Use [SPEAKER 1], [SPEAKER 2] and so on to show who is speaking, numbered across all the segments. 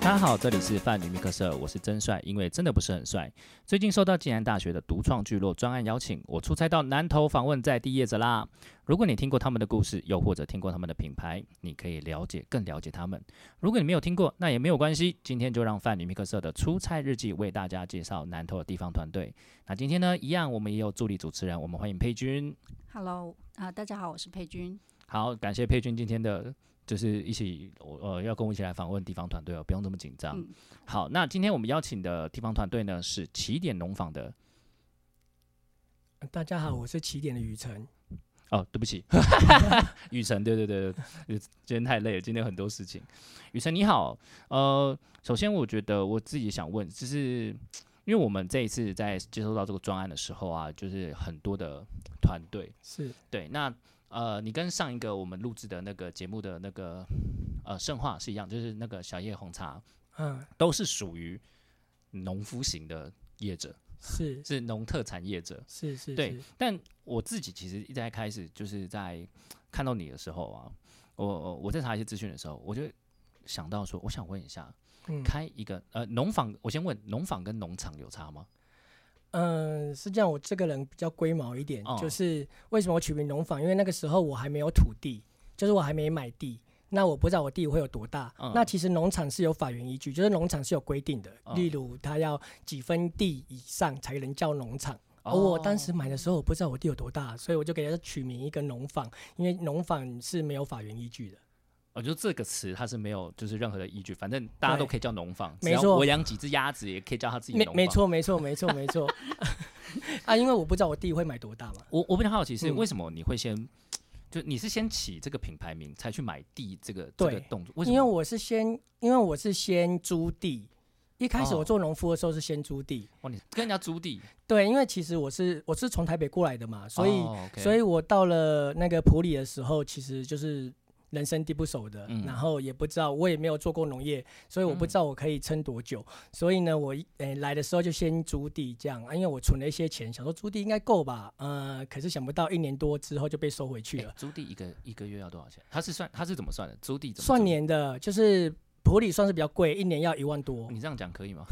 [SPEAKER 1] 大家好，这里是范女密克社，我是真帅，因为真的不是很帅。最近受到暨南大学的独创聚落专案邀请，我出差到南投访问在地业者啦。如果你听过他们的故事，又或者听过他们的品牌，你可以了解更了解他们。如果你没有听过，那也没有关系。今天就让范女密克社的出差日记为大家介绍南投的地方团队。那今天呢，一样我们也有助理主持人，我们欢迎佩君。
[SPEAKER 2] Hello 啊、大家好，我是佩君。
[SPEAKER 1] 好，感谢佩君今天的就是一起我呃要跟我一起来访问地方团队哦，不用这么紧张。
[SPEAKER 2] 嗯
[SPEAKER 1] 好，那今天我们邀请的地方团队呢是起点农坊的
[SPEAKER 3] 大家
[SPEAKER 1] 嗯
[SPEAKER 3] 好，我是起点的雨辰。
[SPEAKER 1] 哦，对不起，雨辰，对对对，对呃今天太累了，今天有很多事情。雨辰你好，呃，首先我觉得我自己想问，就是因为我们这一次在接收到这个专案的时候啊，就是很多的团队，
[SPEAKER 3] 是
[SPEAKER 1] 对，那呃，你跟上一个我们录制的那个节目的那个呃盛话是一样，就是那个小叶红茶，
[SPEAKER 3] 嗯，
[SPEAKER 1] 都是属于农夫型的业者，
[SPEAKER 3] 是
[SPEAKER 1] 是农特产业者。
[SPEAKER 3] 是是，
[SPEAKER 1] 对
[SPEAKER 3] 是，
[SPEAKER 1] 但我自己其实一在开始就是在看到你的时候啊，我我我在查一些资讯的时候，我就想到说，我想问一下，
[SPEAKER 3] 嗯
[SPEAKER 1] 开一个呃农坊，我先问农坊跟农场有差吗？
[SPEAKER 3] 嗯，是这样。我这个人比较龟毛一点，
[SPEAKER 1] 哦
[SPEAKER 3] 就是为什么我取名农坊？因为那个时候我还没有土地，就是我还没买地。那我不知道我地会有多大。
[SPEAKER 1] 嗯
[SPEAKER 3] 那其实农场是有法源依据，就是农场是有规定的，
[SPEAKER 1] 嗯
[SPEAKER 3] 例如它要几分地以上才能叫农场。而哦我当
[SPEAKER 1] 哦
[SPEAKER 3] 时买的时候，我不知道我地有多大，所以我就给它取名一个农坊，因为农坊是没有法源依据的。
[SPEAKER 1] 我觉得哦这个词它是没有就是任何的依据，反正大家都可以叫农坊，
[SPEAKER 3] 没
[SPEAKER 1] 只要
[SPEAKER 3] 错
[SPEAKER 1] 我养几只鸭子也可以叫它自己
[SPEAKER 3] 没
[SPEAKER 1] 农坊。
[SPEAKER 3] 没，错没错没错没错 啊！因为我不知道我弟会买多大嘛。
[SPEAKER 1] 我我比较好奇是
[SPEAKER 3] 嗯
[SPEAKER 1] 为什么你会先，就你是先起这个品牌名才去买地这个这
[SPEAKER 3] 对
[SPEAKER 1] 个动作？为什
[SPEAKER 3] 因为
[SPEAKER 1] 么？
[SPEAKER 3] 我是先，因为我是先租地。一开始
[SPEAKER 1] 哦
[SPEAKER 3] 我做农夫的时候是先租地，
[SPEAKER 1] 哇，哦你跟人家租地，
[SPEAKER 3] 对，因为其实我是我是从台北过来的嘛，所以、
[SPEAKER 1] 哦，OK
[SPEAKER 3] 所以我到了那个普里的时候，其实就是人生地不熟的，
[SPEAKER 1] 嗯
[SPEAKER 3] 然后也不知道，我也没有做过农业，所以我不知道我可以撑多久。所以呢，我一诶、来的时候就先租地这样啊，因为我存了一些钱，想说租地应该够吧，呃，可是想不到一年多之后就被收回去
[SPEAKER 1] 哎
[SPEAKER 3] 了。
[SPEAKER 1] 租地一个一个月要多少钱？他是算他是怎么算的？租地怎么
[SPEAKER 3] 算
[SPEAKER 1] 租？
[SPEAKER 3] 年的，就是普里算是比较贵，一年要一万多，
[SPEAKER 1] 你这样讲可以吗？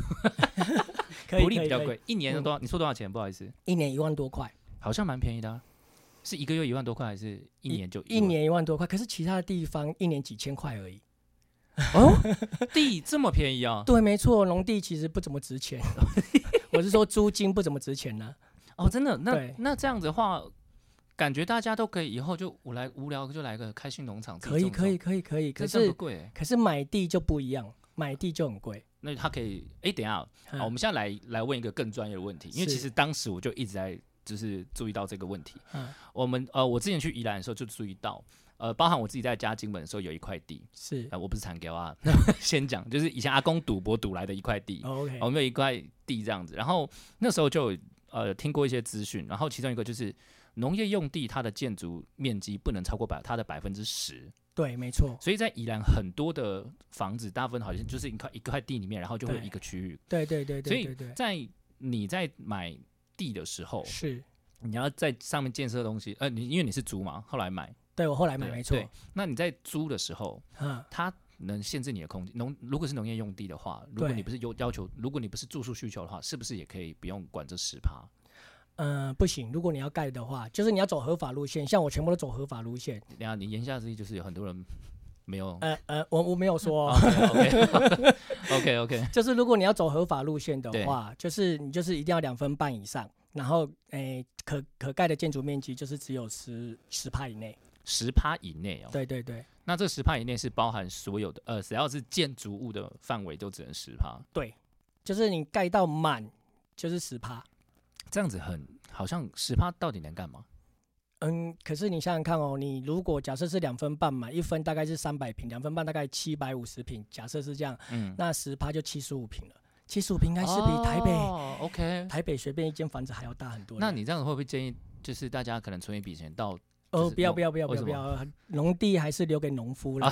[SPEAKER 3] 可以
[SPEAKER 1] 福利嗯
[SPEAKER 3] 可以
[SPEAKER 1] 比较
[SPEAKER 3] 可以嗯
[SPEAKER 1] 贵，一年有多少？你说多少钱？不好意思，
[SPEAKER 3] 一年一万多块，
[SPEAKER 1] 好像蛮便宜的啊，是一个月一万多块，还是一年就
[SPEAKER 3] 一
[SPEAKER 1] 万？
[SPEAKER 3] 年一万多块。可是其他的地方一年几千块而已。
[SPEAKER 1] 哦，地这么便宜啊？
[SPEAKER 3] 对，没错，农地其实不怎么 值钱，我是说租金不怎么值钱呢、
[SPEAKER 1] 哦，真的？那
[SPEAKER 3] 对
[SPEAKER 1] 那这样子的话，感觉大家都可以以后就我来无聊就来个开心农场，自己
[SPEAKER 3] 可以
[SPEAKER 1] 种
[SPEAKER 3] 可以
[SPEAKER 1] 种，
[SPEAKER 3] 可以可以，可
[SPEAKER 1] 可是
[SPEAKER 3] 是
[SPEAKER 1] 不贵欸。
[SPEAKER 3] 可是买地就不一样，买地就很贵。
[SPEAKER 1] 那他可以，哎，等一下啊，
[SPEAKER 3] 嗯
[SPEAKER 1] 好我们现在来来问一个更专业的问题，因为其
[SPEAKER 3] 是
[SPEAKER 1] 实当时我就一直在就是注意到这个问题。
[SPEAKER 3] 嗯
[SPEAKER 1] 我们呃，我之前去宜兰的时候就注意到，呃，包含我自己在家金门的时候有一块地，
[SPEAKER 3] 是
[SPEAKER 1] 啊、我不是产给啊， 先讲，就是以前阿公赌博赌来的一块地，
[SPEAKER 3] 哦 OK，
[SPEAKER 1] 我们有一块地这样子，然后那时候就有呃听过一些资讯，然后其中一个就是农业用地它的建筑面积不能超过百它的百分之十，
[SPEAKER 3] 对，没错，
[SPEAKER 1] 所以在宜兰很多的房子大部分好像就是一块一块地里面，然后就会有
[SPEAKER 3] 对
[SPEAKER 1] 一个区域，
[SPEAKER 3] 对对对
[SPEAKER 1] 所以
[SPEAKER 3] 对对对，
[SPEAKER 1] 在你在买地的时候，
[SPEAKER 3] 是。
[SPEAKER 1] 你要在上面建设东西，呃，你因为你是租嘛，后来买，
[SPEAKER 3] 对我后来买
[SPEAKER 1] 对
[SPEAKER 3] 没错
[SPEAKER 1] 对，那你在租的时候，
[SPEAKER 3] 嗯，
[SPEAKER 1] 它能限制你的空间。农如果是农业用地的话，如果
[SPEAKER 3] 对
[SPEAKER 1] 你不是有要求，如果你不是住宿需求的话，是不是也可以不用管这十趴？
[SPEAKER 3] 呃，不行，如果你要盖的话，就是你要走合法路线，像我全部都走合法路线。
[SPEAKER 1] 等一下你言下之意就是有很多人没有。
[SPEAKER 3] 呃呃，我我没有说哦、
[SPEAKER 1] 嗯 OK OK OK，
[SPEAKER 3] 就是如果你要走合法路线的
[SPEAKER 1] 对
[SPEAKER 3] 话，就是你就是一定要两分半以上，然后诶、可可盖的建筑面积就是只有十十帕以内。
[SPEAKER 1] 十趴以内哦。
[SPEAKER 3] 对对对
[SPEAKER 1] 那这十趴以内是包含所有的，呃，只要是建筑物的范围都只能十趴，
[SPEAKER 3] 对，就是你盖到满就是十帕。
[SPEAKER 1] 这样子很好像十趴到底能干嘛？
[SPEAKER 3] 嗯，可是你想想看哦，你如果假设是两分半嘛，一分大概是三百平，两分半大概七百五十平，假设是这样，
[SPEAKER 1] 嗯，
[SPEAKER 3] 那十趴就七十五平了。七十五平应该是比台北、
[SPEAKER 1] 哦 OK，
[SPEAKER 3] 台北随便一间房子还要大很多呢。
[SPEAKER 1] 那你这样子会不会建议，就是大家可能存一笔钱到就
[SPEAKER 3] 哦，
[SPEAKER 1] 是
[SPEAKER 3] 不要
[SPEAKER 1] 农
[SPEAKER 3] 不要不要不
[SPEAKER 1] 为什
[SPEAKER 3] 要不要，农地还是留给农夫来。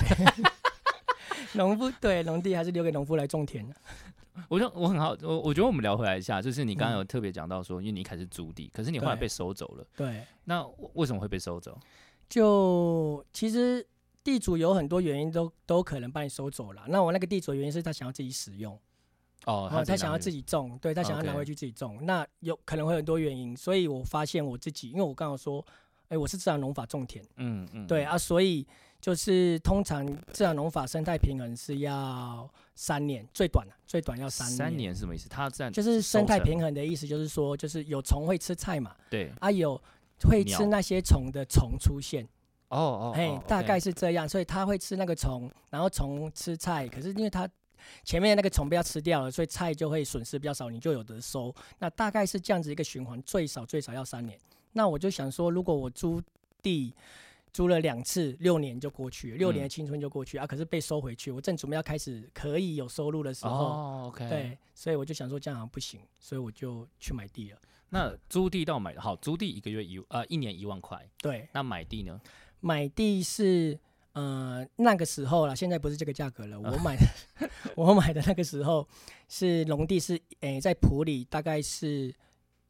[SPEAKER 3] 农夫对农地还是留给农夫来种田的。
[SPEAKER 1] 我就我很好，我我觉得我们聊回来一下，就是你刚刚有特别讲到说，因为你一开始租地，可是你后来
[SPEAKER 3] 嗯对
[SPEAKER 1] 被收走了，
[SPEAKER 3] 对，
[SPEAKER 1] 那为什么会被收走？
[SPEAKER 3] 就其实地主有很多原因都都可能把你收走了。那我那个地主的原因是他想要自己使用，
[SPEAKER 1] 哦，
[SPEAKER 3] 他想要
[SPEAKER 1] 己。
[SPEAKER 3] 自己种，对他想要拿
[SPEAKER 1] OK
[SPEAKER 3] 回去自己种。那有可能会很多原因，所以我发现我自己，因为我刚刚说，哎，我是自然农法种田，
[SPEAKER 1] 嗯嗯，
[SPEAKER 3] 对
[SPEAKER 1] 嗯，
[SPEAKER 3] 啊，所以就是通常自然农法生态平衡是要三年，最短的最短要三年。
[SPEAKER 1] 三年是什么意思？它占
[SPEAKER 3] 就是生态
[SPEAKER 1] 收成
[SPEAKER 3] 平衡的意思，就是说，就是有虫会吃菜嘛，
[SPEAKER 1] 对
[SPEAKER 3] 啊有会
[SPEAKER 1] 鸟
[SPEAKER 3] 吃那些虫的虫出现，
[SPEAKER 1] 哦哦，
[SPEAKER 3] 哎、
[SPEAKER 1] 哦
[SPEAKER 3] 大
[SPEAKER 1] OK
[SPEAKER 3] 概是这样，所以它会吃那个虫，然后虫吃菜，可是因为它前面那个虫被它吃掉了，所以菜就会损失比较少，你就有得收。那大概是这样子一个循环，最少最少要三年。那我就想说，如果我租地。租了两次，六年就过去了，六
[SPEAKER 1] 嗯
[SPEAKER 3] 年的青春就过去、啊！可是被收回去，我正准备要开始可以有收入的时候，
[SPEAKER 1] 哦 OK
[SPEAKER 3] 对，所以我就想说这样好像不行，所以我就去买地了。
[SPEAKER 1] 那租地到买好，租地一个月一呃一年一万块，
[SPEAKER 3] 对，
[SPEAKER 1] 那买地呢？
[SPEAKER 3] 买地是呃那个时候啦，现在不是这个价格了。我
[SPEAKER 1] 啊
[SPEAKER 3] 买我买的那 个时候是农地是诶、在埔里大概是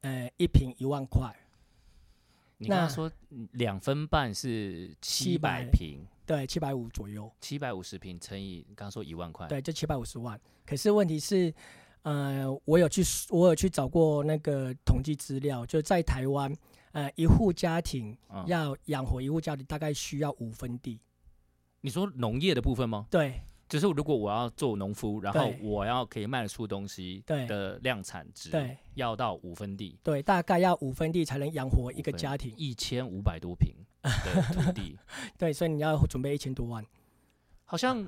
[SPEAKER 3] 呃一平一万块，
[SPEAKER 1] 你刚刚
[SPEAKER 3] 那
[SPEAKER 1] 说嗯两分半是七百
[SPEAKER 3] 700
[SPEAKER 1] 平，
[SPEAKER 3] 对，七百五左右，
[SPEAKER 1] 七百五十平乘以刚刚说一万块，
[SPEAKER 3] 对，就七百五十万。可是问题是。呃，我有去，我有去找过那个统计资料，就在台湾，呃，一户家庭
[SPEAKER 1] 嗯，
[SPEAKER 3] 要养活一户家庭，大概需要五分地。
[SPEAKER 1] 你说农业的部分吗？
[SPEAKER 3] 对
[SPEAKER 1] 就是如果我要做农夫，然后
[SPEAKER 3] 对
[SPEAKER 1] 我要可以卖得出东西
[SPEAKER 3] 对
[SPEAKER 1] 的量产值，
[SPEAKER 3] 对，
[SPEAKER 1] 要到五分地，
[SPEAKER 3] 对，大概要五分地才能养活一个
[SPEAKER 1] 5分
[SPEAKER 3] 家庭。
[SPEAKER 1] 一千五百多平 的土地，
[SPEAKER 3] 对，所以你要准备一千多万。
[SPEAKER 1] 好像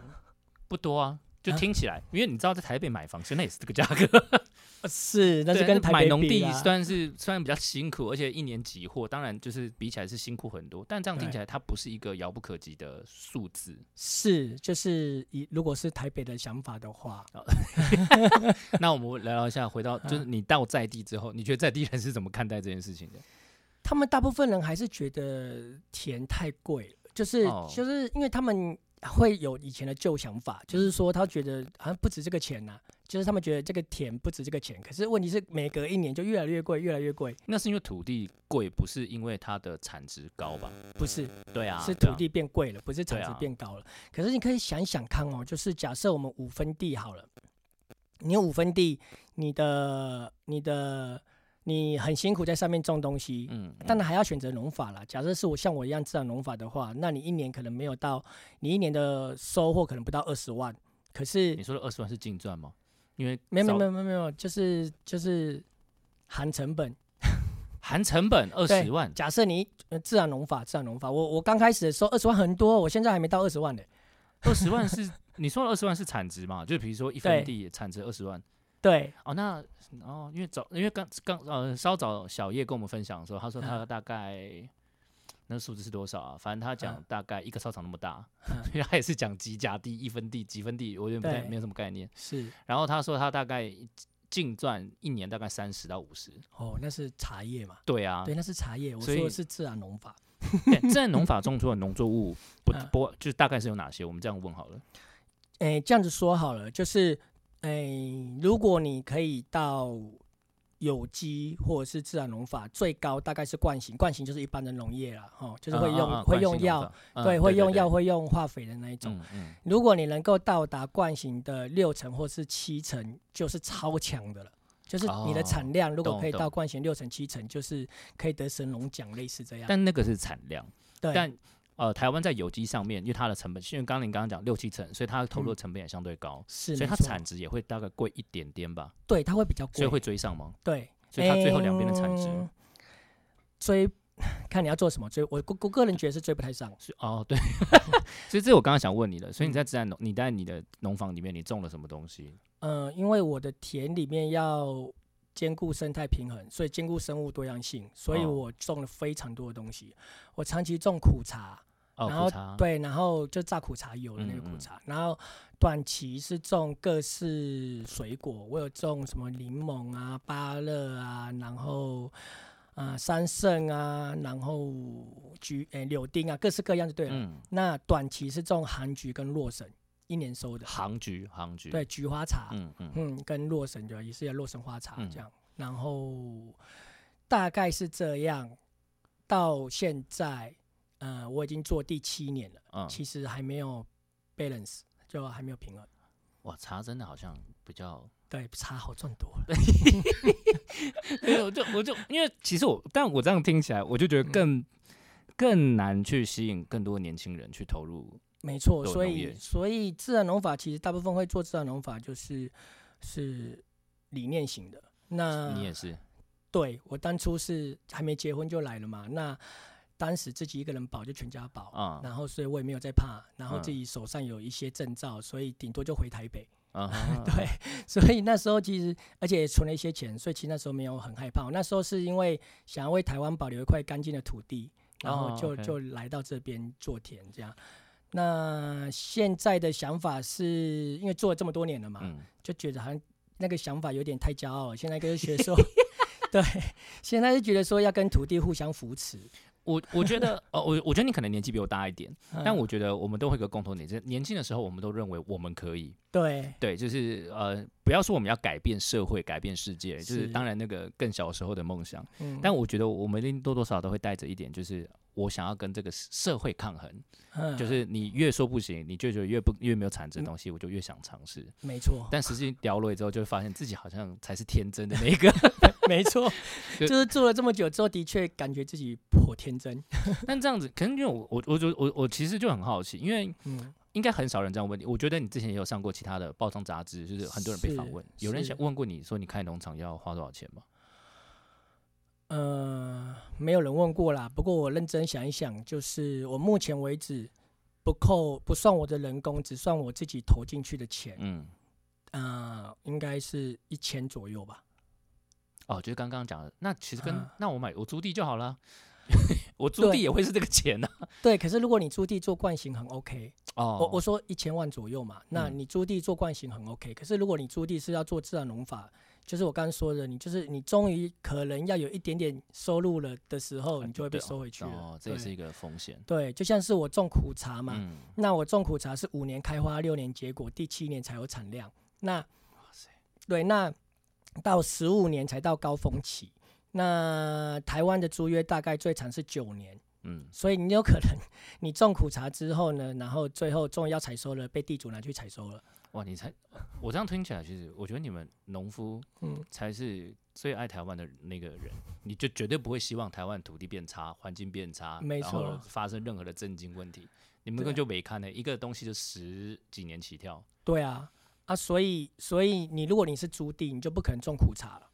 [SPEAKER 1] 不多啊，就
[SPEAKER 3] 啊
[SPEAKER 1] 听起来，因为你知道在台北买房现在也是这个价格，
[SPEAKER 3] 是， 但
[SPEAKER 1] 对
[SPEAKER 3] 是
[SPEAKER 1] 啊
[SPEAKER 3] 跟台
[SPEAKER 1] 买
[SPEAKER 3] 北
[SPEAKER 1] 农
[SPEAKER 3] 比
[SPEAKER 1] 地
[SPEAKER 3] 啦
[SPEAKER 1] 虽然是虽然比较辛苦，而且一年几货，当然就是比起来是辛苦很多，但这样听起来它不是一个遥不可及的数字。
[SPEAKER 3] 是就是以如果是台北的想法的话，
[SPEAKER 1] 那我们聊聊一下，回
[SPEAKER 3] 啊
[SPEAKER 1] 到就是你到在地之后，你觉得在地人是怎么看待这件事情的？
[SPEAKER 3] 他们大部分人还是觉得田太贵了，就是、
[SPEAKER 1] 哦
[SPEAKER 3] 就是因为他们会有以前的旧想法，就是说他觉得好像不值这个钱呐、就是他们觉得这个田不值这个钱。可是问题是每隔一年就越来越贵，越来越贵，
[SPEAKER 1] 那是因为土地贵，不是因为它的产值高吧？
[SPEAKER 3] 不是
[SPEAKER 1] 对啊，
[SPEAKER 3] 是
[SPEAKER 1] 对啊
[SPEAKER 3] 土地变贵了，不是产
[SPEAKER 1] 对
[SPEAKER 3] 值
[SPEAKER 1] 啊
[SPEAKER 3] 变高了。可是你可以想一想看哦，就是假设我们五分地好了，你有五分地，你的你的你很辛苦在上面种东西，
[SPEAKER 1] 嗯，
[SPEAKER 3] 当
[SPEAKER 1] 嗯
[SPEAKER 3] 然还要选择农法啦。假设是我像我一样自然农法的话，那你一年可能没有到，你一年的收获可能不到二十万，可是
[SPEAKER 1] 你说的二十万是净赚吗？因为
[SPEAKER 3] 没有没
[SPEAKER 1] 早
[SPEAKER 3] 有没有没有没有，就是就是含成本。
[SPEAKER 1] 含成本二
[SPEAKER 3] 对
[SPEAKER 1] 十万，
[SPEAKER 3] 假设你呃自然农法，自然农法，我我刚开始的时候二十万很多，我现在还没到二十万呢、
[SPEAKER 1] 二十万是 你说二十万是产值嘛？就比如说一分
[SPEAKER 3] 对
[SPEAKER 1] 地产值二十万
[SPEAKER 3] 对，
[SPEAKER 1] 哦，那哦，因为早因为刚刚呃稍早小叶跟我们分享的时候，他说他大概、那数字是多少啊？反正他讲
[SPEAKER 3] 嗯
[SPEAKER 1] 大概一个操场那么大，
[SPEAKER 3] 嗯
[SPEAKER 1] 因为他也是讲几甲地、一分地、几分地，我有点不太
[SPEAKER 3] 对
[SPEAKER 1] 没有什么概念。
[SPEAKER 3] 是
[SPEAKER 1] 然后他说他大概净赚一年大概三十到五十，
[SPEAKER 3] 哦，那是茶叶嘛？
[SPEAKER 1] 对啊，
[SPEAKER 3] 对，那是茶叶。我
[SPEAKER 1] 所
[SPEAKER 3] 说
[SPEAKER 1] 以
[SPEAKER 3] 的是自然农法，
[SPEAKER 1] 对自然农法种出的农作 物不
[SPEAKER 3] 嗯
[SPEAKER 1] 不就是大概是有哪些？我们这样问好了。
[SPEAKER 3] 诶，这样子说好了，就是诶，如果你可以到有机或者是自然农法，最高大概是惯型，惯型就是一般的农业啦，哦，就是
[SPEAKER 1] 嗯
[SPEAKER 3] 会
[SPEAKER 1] 啊
[SPEAKER 3] 用、会用药，，对，会用药，会用化肥的那一种。
[SPEAKER 1] 嗯嗯，
[SPEAKER 3] 如果你能够到达惯型的六成或是七成，就是超强的了。就是你的产量，如
[SPEAKER 1] 哦
[SPEAKER 3] 果
[SPEAKER 1] 懂
[SPEAKER 3] 可以
[SPEAKER 1] 懂
[SPEAKER 3] 到惯型六成七成，就是可以得神农奖，类似这样。
[SPEAKER 1] 但那个是产量，
[SPEAKER 3] 对，
[SPEAKER 1] 但呃，台湾在有机上面，因为它的成本，因为刚刚您刚刚讲六七成，所以它投入的成本也相对高，
[SPEAKER 3] 是
[SPEAKER 1] 所以它
[SPEAKER 3] 没错
[SPEAKER 1] 产值也会大概贵一点点吧，
[SPEAKER 3] 对它会比较
[SPEAKER 1] 所以
[SPEAKER 3] 贵，
[SPEAKER 1] 会追上吗？
[SPEAKER 3] 对，
[SPEAKER 1] 所以它最后两边的产值
[SPEAKER 3] 嗯追，看你要做什么追。我我我个人觉得是追不太上。
[SPEAKER 1] 是哦，对， 嗯所以这我刚刚想问你的，所以你在自然农，你在你的农房里面，你种了什么东西？
[SPEAKER 3] 嗯，因为我的田里面要兼顾生态平衡，所以兼顾生物多样性，所以
[SPEAKER 1] 哦
[SPEAKER 3] 我种了非常多的东西。我长期种苦茶，
[SPEAKER 1] 哦，
[SPEAKER 3] 然
[SPEAKER 1] 苦
[SPEAKER 3] 后
[SPEAKER 1] 茶，
[SPEAKER 3] 对，然后就榨苦茶油的那个
[SPEAKER 1] 嗯
[SPEAKER 3] 苦
[SPEAKER 1] 嗯
[SPEAKER 3] 茶，然后短期是种各式水果，我有种什么柠檬啊、芭乐啊，然后啊、呃桑葚啊，然后橘诶、柳丁啊，各式各样就对了。
[SPEAKER 1] 嗯，
[SPEAKER 3] 那短期是种杭菊跟洛神，一年收的，
[SPEAKER 1] 杭菊，杭菊，
[SPEAKER 3] 对，，菊花茶，
[SPEAKER 1] 嗯嗯，
[SPEAKER 3] 嗯跟洛神对吧？也是叫洛神花茶
[SPEAKER 1] 嗯
[SPEAKER 3] 这样。然后大概是这样，到现在，呃，我已经做第七年了，
[SPEAKER 1] 嗯，
[SPEAKER 3] 其实还没有 balance，就还没有平衡。
[SPEAKER 1] 哇，茶真的好像比 较，
[SPEAKER 3] 对，茶好赚多了。
[SPEAKER 1] 因为我就我就因为其实我，嗯但我这样听起来，我就觉得更、更难去吸引更多年轻人去投入。
[SPEAKER 3] 没错，
[SPEAKER 1] 对
[SPEAKER 3] 所
[SPEAKER 1] 农业
[SPEAKER 3] 以所以自然农法其实大部分会做自然农法，就是是理念型的。那
[SPEAKER 1] 你也是，
[SPEAKER 3] 对我当初是还没结婚就来了嘛，那当时自己一个人保就全家保，
[SPEAKER 1] 啊
[SPEAKER 3] 然后所以我也没有在怕，然后
[SPEAKER 1] 嗯
[SPEAKER 3] 自己手上有一些证照，所以顶多就回台北。
[SPEAKER 1] 啊 哈
[SPEAKER 3] 对，所以那时候其实而且也存了一些钱，所以其实那时候没有很害怕。我那时候是因为想要为台湾保留一块干净的土地，然后
[SPEAKER 1] 哦
[SPEAKER 3] 就、
[SPEAKER 1] ，OK
[SPEAKER 3] 就来到这边做田这样。那现在的想法是因为做了这么多年了嘛，
[SPEAKER 1] 嗯，
[SPEAKER 3] 就觉得好像那个想法有点太骄傲了。现在就是觉 得说，对，现在就觉得说要跟土地互相扶持。
[SPEAKER 1] 我我觉得，哦，我我觉得你可能年纪比我大一点，但
[SPEAKER 3] 嗯
[SPEAKER 1] 我觉得我们都会有一个共同点，就是年轻的时候我们都认为我们可以，
[SPEAKER 3] 对
[SPEAKER 1] 对，就是呃，不要说我们要改变社会、改变世界，就是
[SPEAKER 3] 是
[SPEAKER 1] 当然那个更小时候的梦想，
[SPEAKER 3] 嗯
[SPEAKER 1] 但我觉得我们一定多多少少都会带着一点，就是我想要跟这个社社会抗衡，
[SPEAKER 3] 嗯
[SPEAKER 1] 就是你越说不行，你就觉得越不越没有产值的东西，我就越想尝试。
[SPEAKER 3] 没错，
[SPEAKER 1] 但实际聊了之后，就会发现自己好像才是天真的那一个。
[SPEAKER 3] 没错，
[SPEAKER 1] 对
[SPEAKER 3] 就是做了这么久之后，的确感觉自己颇天真。
[SPEAKER 1] 但这样子，可能因为我我我就我我其实就很好奇，因为
[SPEAKER 3] 嗯，
[SPEAKER 1] 应该很少人这样问你。我觉得你之前也有上过其他的报章杂志，就是很多人被访问，
[SPEAKER 3] 是
[SPEAKER 1] 有人
[SPEAKER 3] 是
[SPEAKER 1] 想问过你说你开农场要花多少钱吗？
[SPEAKER 3] 呃，没有人问过啦。不过我认真想一想，就是我目前为止不扣不算我的人工，只算我自己投进去的钱，
[SPEAKER 1] 嗯。
[SPEAKER 3] 呃，应该是一千左右吧。
[SPEAKER 1] 嗯哦，就是刚刚讲的，那其实跟、
[SPEAKER 3] 啊
[SPEAKER 1] 那我买我租地就好 了，我租
[SPEAKER 3] 对
[SPEAKER 1] 地也会是这个钱啊呢、
[SPEAKER 3] 对，可是如果你租地做惯型很 OK，、
[SPEAKER 1] 哦
[SPEAKER 3] 我我说一千万左右嘛，那
[SPEAKER 1] 嗯
[SPEAKER 3] 你租地做惯型很 OK，、可是如果你租地是要做自然农法。就是我刚刚说的，你就是你终于可能要有一点点收入了的时候，你就会被
[SPEAKER 1] 哦对
[SPEAKER 3] 收回去了。
[SPEAKER 1] 哦，这也
[SPEAKER 3] 对
[SPEAKER 1] 是一个风险
[SPEAKER 3] 对，就像是我种苦茶嘛，
[SPEAKER 1] 嗯，
[SPEAKER 3] 那我种苦茶是五年开花，六年结果，第七年才有产量。那
[SPEAKER 1] 哇塞，
[SPEAKER 3] 对，那到十五年才到高峰期。那台湾的租约大概最长是九年，
[SPEAKER 1] 嗯，
[SPEAKER 3] 所以你有可能你种苦茶之后呢，然后最后终于要采收了，被地主拿去采收了。
[SPEAKER 1] 哇，你才我这样听起来，其实我觉得你们农夫
[SPEAKER 3] 嗯，
[SPEAKER 1] 才是最爱台湾的那个人，你就绝对不会希望台湾土地变差、环境变差，
[SPEAKER 3] 没
[SPEAKER 1] 然后
[SPEAKER 3] 错
[SPEAKER 1] 发生任何的政经问题，你们根本就没看呢、一个东西就十几年起跳，
[SPEAKER 3] 对啊，啊，所以所以你如果你是租地，你就不可能种苦茶了。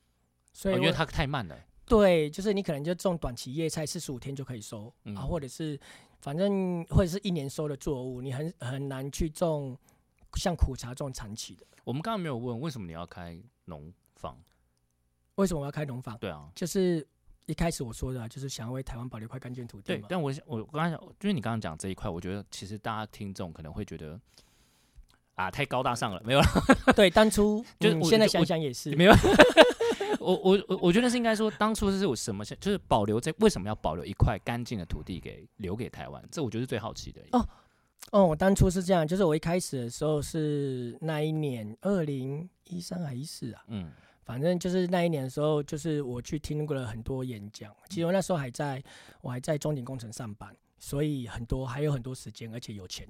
[SPEAKER 3] 所
[SPEAKER 1] 哦
[SPEAKER 3] 以我、
[SPEAKER 1] 因为它太慢了，
[SPEAKER 3] 对，就是你可能就种短期叶菜，四十五天就可以收、
[SPEAKER 1] 嗯
[SPEAKER 3] 啊，或者是反正或者是一年收的作物，你很很难去种像苦茶这种长期的。
[SPEAKER 1] 我们刚刚没有问为什么你要开农房，
[SPEAKER 3] 为什么我要开农房？
[SPEAKER 1] 对啊，
[SPEAKER 3] 就是一开始我说的啊、就是想要为台湾保留一块干净土地
[SPEAKER 1] 对
[SPEAKER 3] 嘛，。
[SPEAKER 1] 但我想我刚才想，就是你刚刚讲这一块，我觉得其实大家听众可能会觉得啊太高大上了，没有啦，
[SPEAKER 3] 对，当初
[SPEAKER 1] 就是
[SPEAKER 3] 嗯
[SPEAKER 1] 我
[SPEAKER 3] 现在
[SPEAKER 1] 就
[SPEAKER 3] 想
[SPEAKER 1] 我
[SPEAKER 3] 想也是
[SPEAKER 1] 没有。 我我我我觉得是应该说，当初是有什么想，就是保留这为什么要保留一块干净的土地给留给台湾？这我觉得是最好奇的。
[SPEAKER 3] 哦哦，我当初是这样，就是我一开始的时候是那一年二零一三还一四啊，
[SPEAKER 1] 嗯
[SPEAKER 3] 反正就是那一年的时候，就是我去听过了很多演讲。其实我那时候还在，我还在中鼎工程上班，所以很多还有很多时间，而且有钱，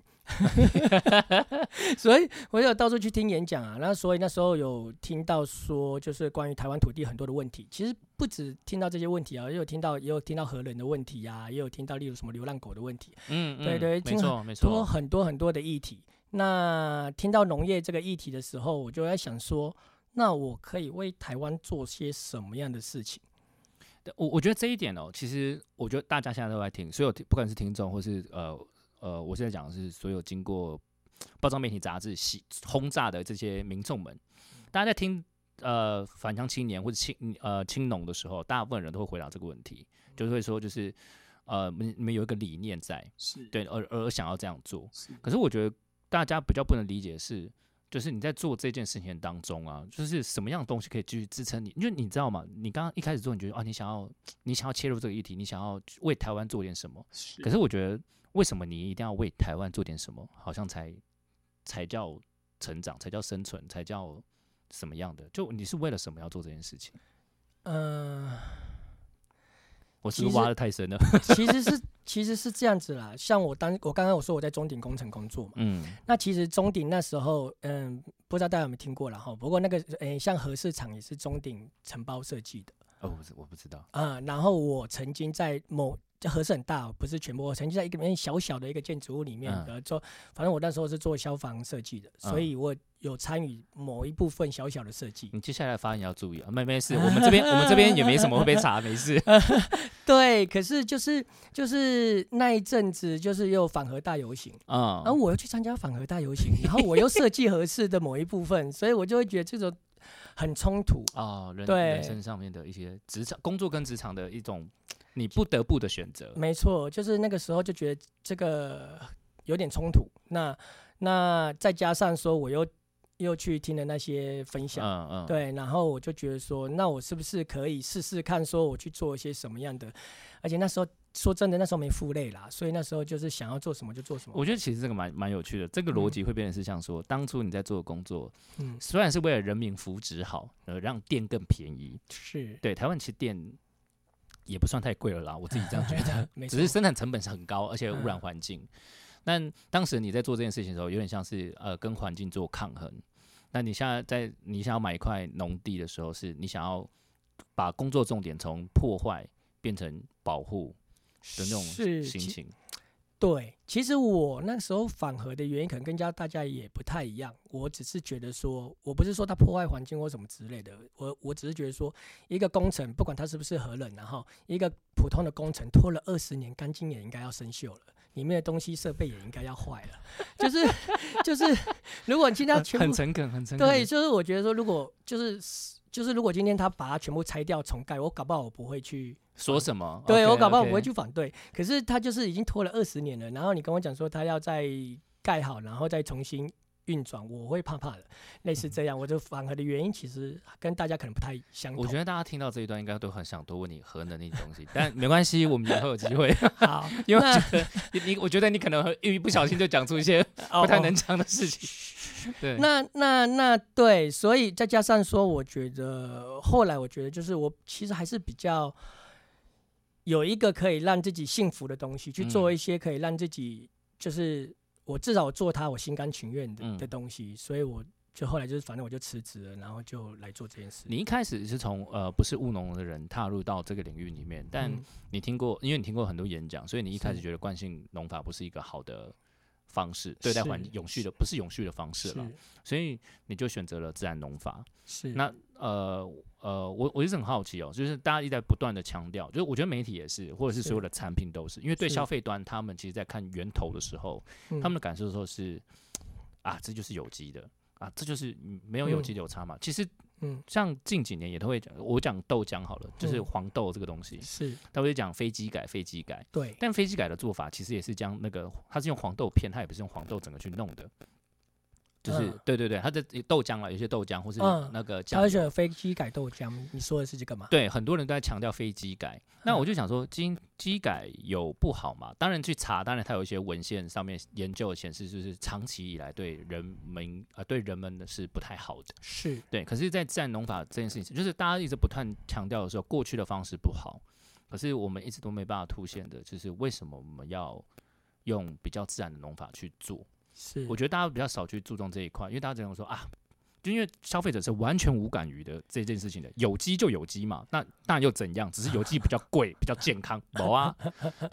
[SPEAKER 3] 所以我有到处去听演讲啊。那所以那时候有听到说，就是关于台湾土地很多的问题。其实不止听到这些问题啊，也有听到也有听到河人的问题呀、啊，也有听到例如什么流浪狗的问题，啊
[SPEAKER 1] 嗯，嗯
[SPEAKER 3] 对对
[SPEAKER 1] 没
[SPEAKER 3] 听
[SPEAKER 1] 错没
[SPEAKER 3] 多
[SPEAKER 1] 错，
[SPEAKER 3] 很多很多的议题。那听到农业这个议题的时候，我就在想说，那我可以为台湾做些什么样的事情？
[SPEAKER 1] 我我觉得这一点哦，其实我觉得大家现在都在听，所有听不管是听众或是呃呃，我现在讲的是所有经过报章媒体杂志袭轰炸的这些民众们，大家在听呃返乡青年或者青呃青农的时候，大部分人都会回答这个问题，就是会说就是呃你你们有一个理念在，
[SPEAKER 3] 是
[SPEAKER 1] 对，而而想要这样做。
[SPEAKER 3] 是
[SPEAKER 1] 可是我觉得大家比较不能理解的是，就是你在做这件事情当中啊，就是什么样的东西可以继续支撑你？因为你知道吗？你刚刚一开始做，你觉得啊，你想要你想要切入这个议题，你想要为台湾做点什么。可是我觉得，为什么你一定要为台湾做点什么，好像才才叫成长，才叫生存，才叫
[SPEAKER 3] 呃
[SPEAKER 1] 什么样的？就你是为了什么要做这件事情？
[SPEAKER 3] 嗯，
[SPEAKER 1] 我是不是挖的太深了。
[SPEAKER 3] 其实是其实是这样子啦，像我当我刚刚我说我在中鼎工程工作嘛，
[SPEAKER 1] 嗯
[SPEAKER 3] 那其实中鼎那时候，嗯，不知道大家有没有听过啦哈。不过那个，诶，像核市场也是中鼎承包设计的
[SPEAKER 1] 哦，我不知我不知道。
[SPEAKER 3] 啊、然后我曾经在某这核市很大哦，不是全部，我曾经在一个面小小的一个建筑物里面
[SPEAKER 1] 嗯
[SPEAKER 3] 呃做，反正我那时候是做消防设计的，所以我有参与某一部分小小的设计。
[SPEAKER 1] 你接下来的发言要注意啊，没没 事，我们这边我们这边也没什么会被查，没事。
[SPEAKER 3] 对，可是就是就是那一阵子，就是又反核大游行。
[SPEAKER 1] 嗯
[SPEAKER 3] 而，我又去参加反核大游行，然后我又设计合适的某一部分，所以我就会觉得这种很冲突。
[SPEAKER 1] 哦，人
[SPEAKER 3] 对
[SPEAKER 1] 人生上面的一些职场工作跟职场的一种你不得不的选择。
[SPEAKER 3] 没错，就是那个时候就觉得这个有点冲突。那那再加上说，我又又去听了那些分享，
[SPEAKER 1] 嗯嗯，
[SPEAKER 3] 对，然后我就觉得说，那我是不是可以试试看，说我去做一些什么样的？而且那时候说真的，那时候没负累啦，所以那时候就是想要做什么就做什么。
[SPEAKER 1] 我觉得其实这个蛮蛮有趣的，这个逻辑会变成是像说，当初你在做的工作，
[SPEAKER 3] 嗯，
[SPEAKER 1] 虽然是为了人民福祉好，呃，让电更便宜，
[SPEAKER 3] 是，，
[SPEAKER 1] 对，台湾其实电也不算太贵了啦，我自己这样觉得
[SPEAKER 3] 没
[SPEAKER 1] 只是
[SPEAKER 3] 错
[SPEAKER 1] 生产成本是很高，而且污染
[SPEAKER 3] 嗯
[SPEAKER 1] 环境。但当时你在做这件事情的时候，有点像是呃跟环境做抗衡。那你现在在你想要买一块农地的时候，是你想要把工作重点从破坏变成保护的那种
[SPEAKER 3] 是
[SPEAKER 1] 心
[SPEAKER 3] 其
[SPEAKER 1] 情。
[SPEAKER 3] 对，其实我那时候反核的原因可能跟家大家也不太一样，我只是觉得说，我不是说它破坏环境或什么之类的，我我只是觉得说，一个工程不管它是不是核能，然后一个普通的工程拖了二十年，钢筋也应该要生锈了。里面的东西设备也应该要坏了，就是就是，如果你今天要全
[SPEAKER 1] 很
[SPEAKER 3] 部
[SPEAKER 1] 诚恳，很诚恳。
[SPEAKER 3] 对，就是我觉得说，如果就是就是，如果今天他把它全部拆掉重盖，我搞不好我不会去
[SPEAKER 1] 说什么？
[SPEAKER 3] 对
[SPEAKER 1] OK，
[SPEAKER 3] 我搞不好不
[SPEAKER 1] OK
[SPEAKER 3] 会去反对。可是他就是已经拖了二十年了，然后你跟我讲说他要再盖好，然后再重新运转，我会怕怕的。类似这样，我就反核的原因其实跟大家可能不太相同。
[SPEAKER 1] 我觉得大家听到这一段应该都很想多问你核能那种东西，但没关系，我们以后有机会，
[SPEAKER 3] 得好，
[SPEAKER 1] 因为我
[SPEAKER 3] 那
[SPEAKER 1] 觉得你你我觉得你可能会一不小心就讲出一些
[SPEAKER 3] 哦
[SPEAKER 1] 不太
[SPEAKER 3] 哦
[SPEAKER 1] 能讲的事情。对，
[SPEAKER 3] 那那那对，所以再加上说，我觉得后来我觉得就是我其实还是比较有一个可以让自己幸福的东西，去做
[SPEAKER 1] 嗯
[SPEAKER 3] 一些可以让自己就是我至少我做它我心甘情愿的、
[SPEAKER 1] 嗯
[SPEAKER 3] 的东西，所以我就后来就是反正我就辞职了，然后就来做这件事。嗯
[SPEAKER 1] 你一开始是从呃不是务农的人踏入到这个领域里面，但
[SPEAKER 3] 嗯
[SPEAKER 1] 你听过，因为你听过很多演讲，所以你一开始
[SPEAKER 3] 是
[SPEAKER 1] 觉得惯性农法不是一个好的方式对待环
[SPEAKER 3] 是
[SPEAKER 1] 永续的，不是永续的方式了，所以你就选择了自然农法。
[SPEAKER 3] 是
[SPEAKER 1] 那呃呃，我我一直很好奇哦，就是大家一直在不断的强调，就是我觉得媒体也是，或者是
[SPEAKER 3] 是
[SPEAKER 1] 所有的产品都是，因为对
[SPEAKER 3] 是
[SPEAKER 1] 消费端，他们其实在看源头的时候，
[SPEAKER 3] 嗯
[SPEAKER 1] 他们的感受的时候是啊，这就是有机的啊，这就是嗯没有有机
[SPEAKER 3] 嗯
[SPEAKER 1] 的有差嘛。其实
[SPEAKER 3] 嗯
[SPEAKER 1] 像近几年也都会讲，我讲豆浆好了，就是
[SPEAKER 3] 嗯
[SPEAKER 1] 黄豆这个东西，
[SPEAKER 3] 是
[SPEAKER 1] 他会讲非机改，非机改。
[SPEAKER 3] 对
[SPEAKER 1] 但非机改的做法其实也是将那个，它是用黄豆片，它也不是用黄豆整个去弄的，就是、
[SPEAKER 3] 嗯
[SPEAKER 1] 对对对，它的豆浆了，有些豆浆或是
[SPEAKER 3] 嗯
[SPEAKER 1] 那个酱
[SPEAKER 3] 他
[SPEAKER 1] 油、
[SPEAKER 3] 会选飞机改豆浆，你说的是这个吗？
[SPEAKER 1] 对，很多人都在强调非机改。那我就想说，基因机改有不好嘛？当然去查，当然它有一些文献上面研究显示，就是长期以来对人民啊、呃对人们的是不太好的。
[SPEAKER 3] 是
[SPEAKER 1] 对，可是，在自然农法这件事情，就是大家一直不断强调的时候，过去的方式不好，可是我们一直都没办法凸显的，就是为什么我们要用比较自然的农法去做？
[SPEAKER 3] 是，
[SPEAKER 1] 我觉得大家比较少去注重这一块，因为大家只能说啊，就因为消费者是完全无感于的这件事情的，有机就有机嘛，那那又怎样？只是有机比较贵，比较健康，冇啊。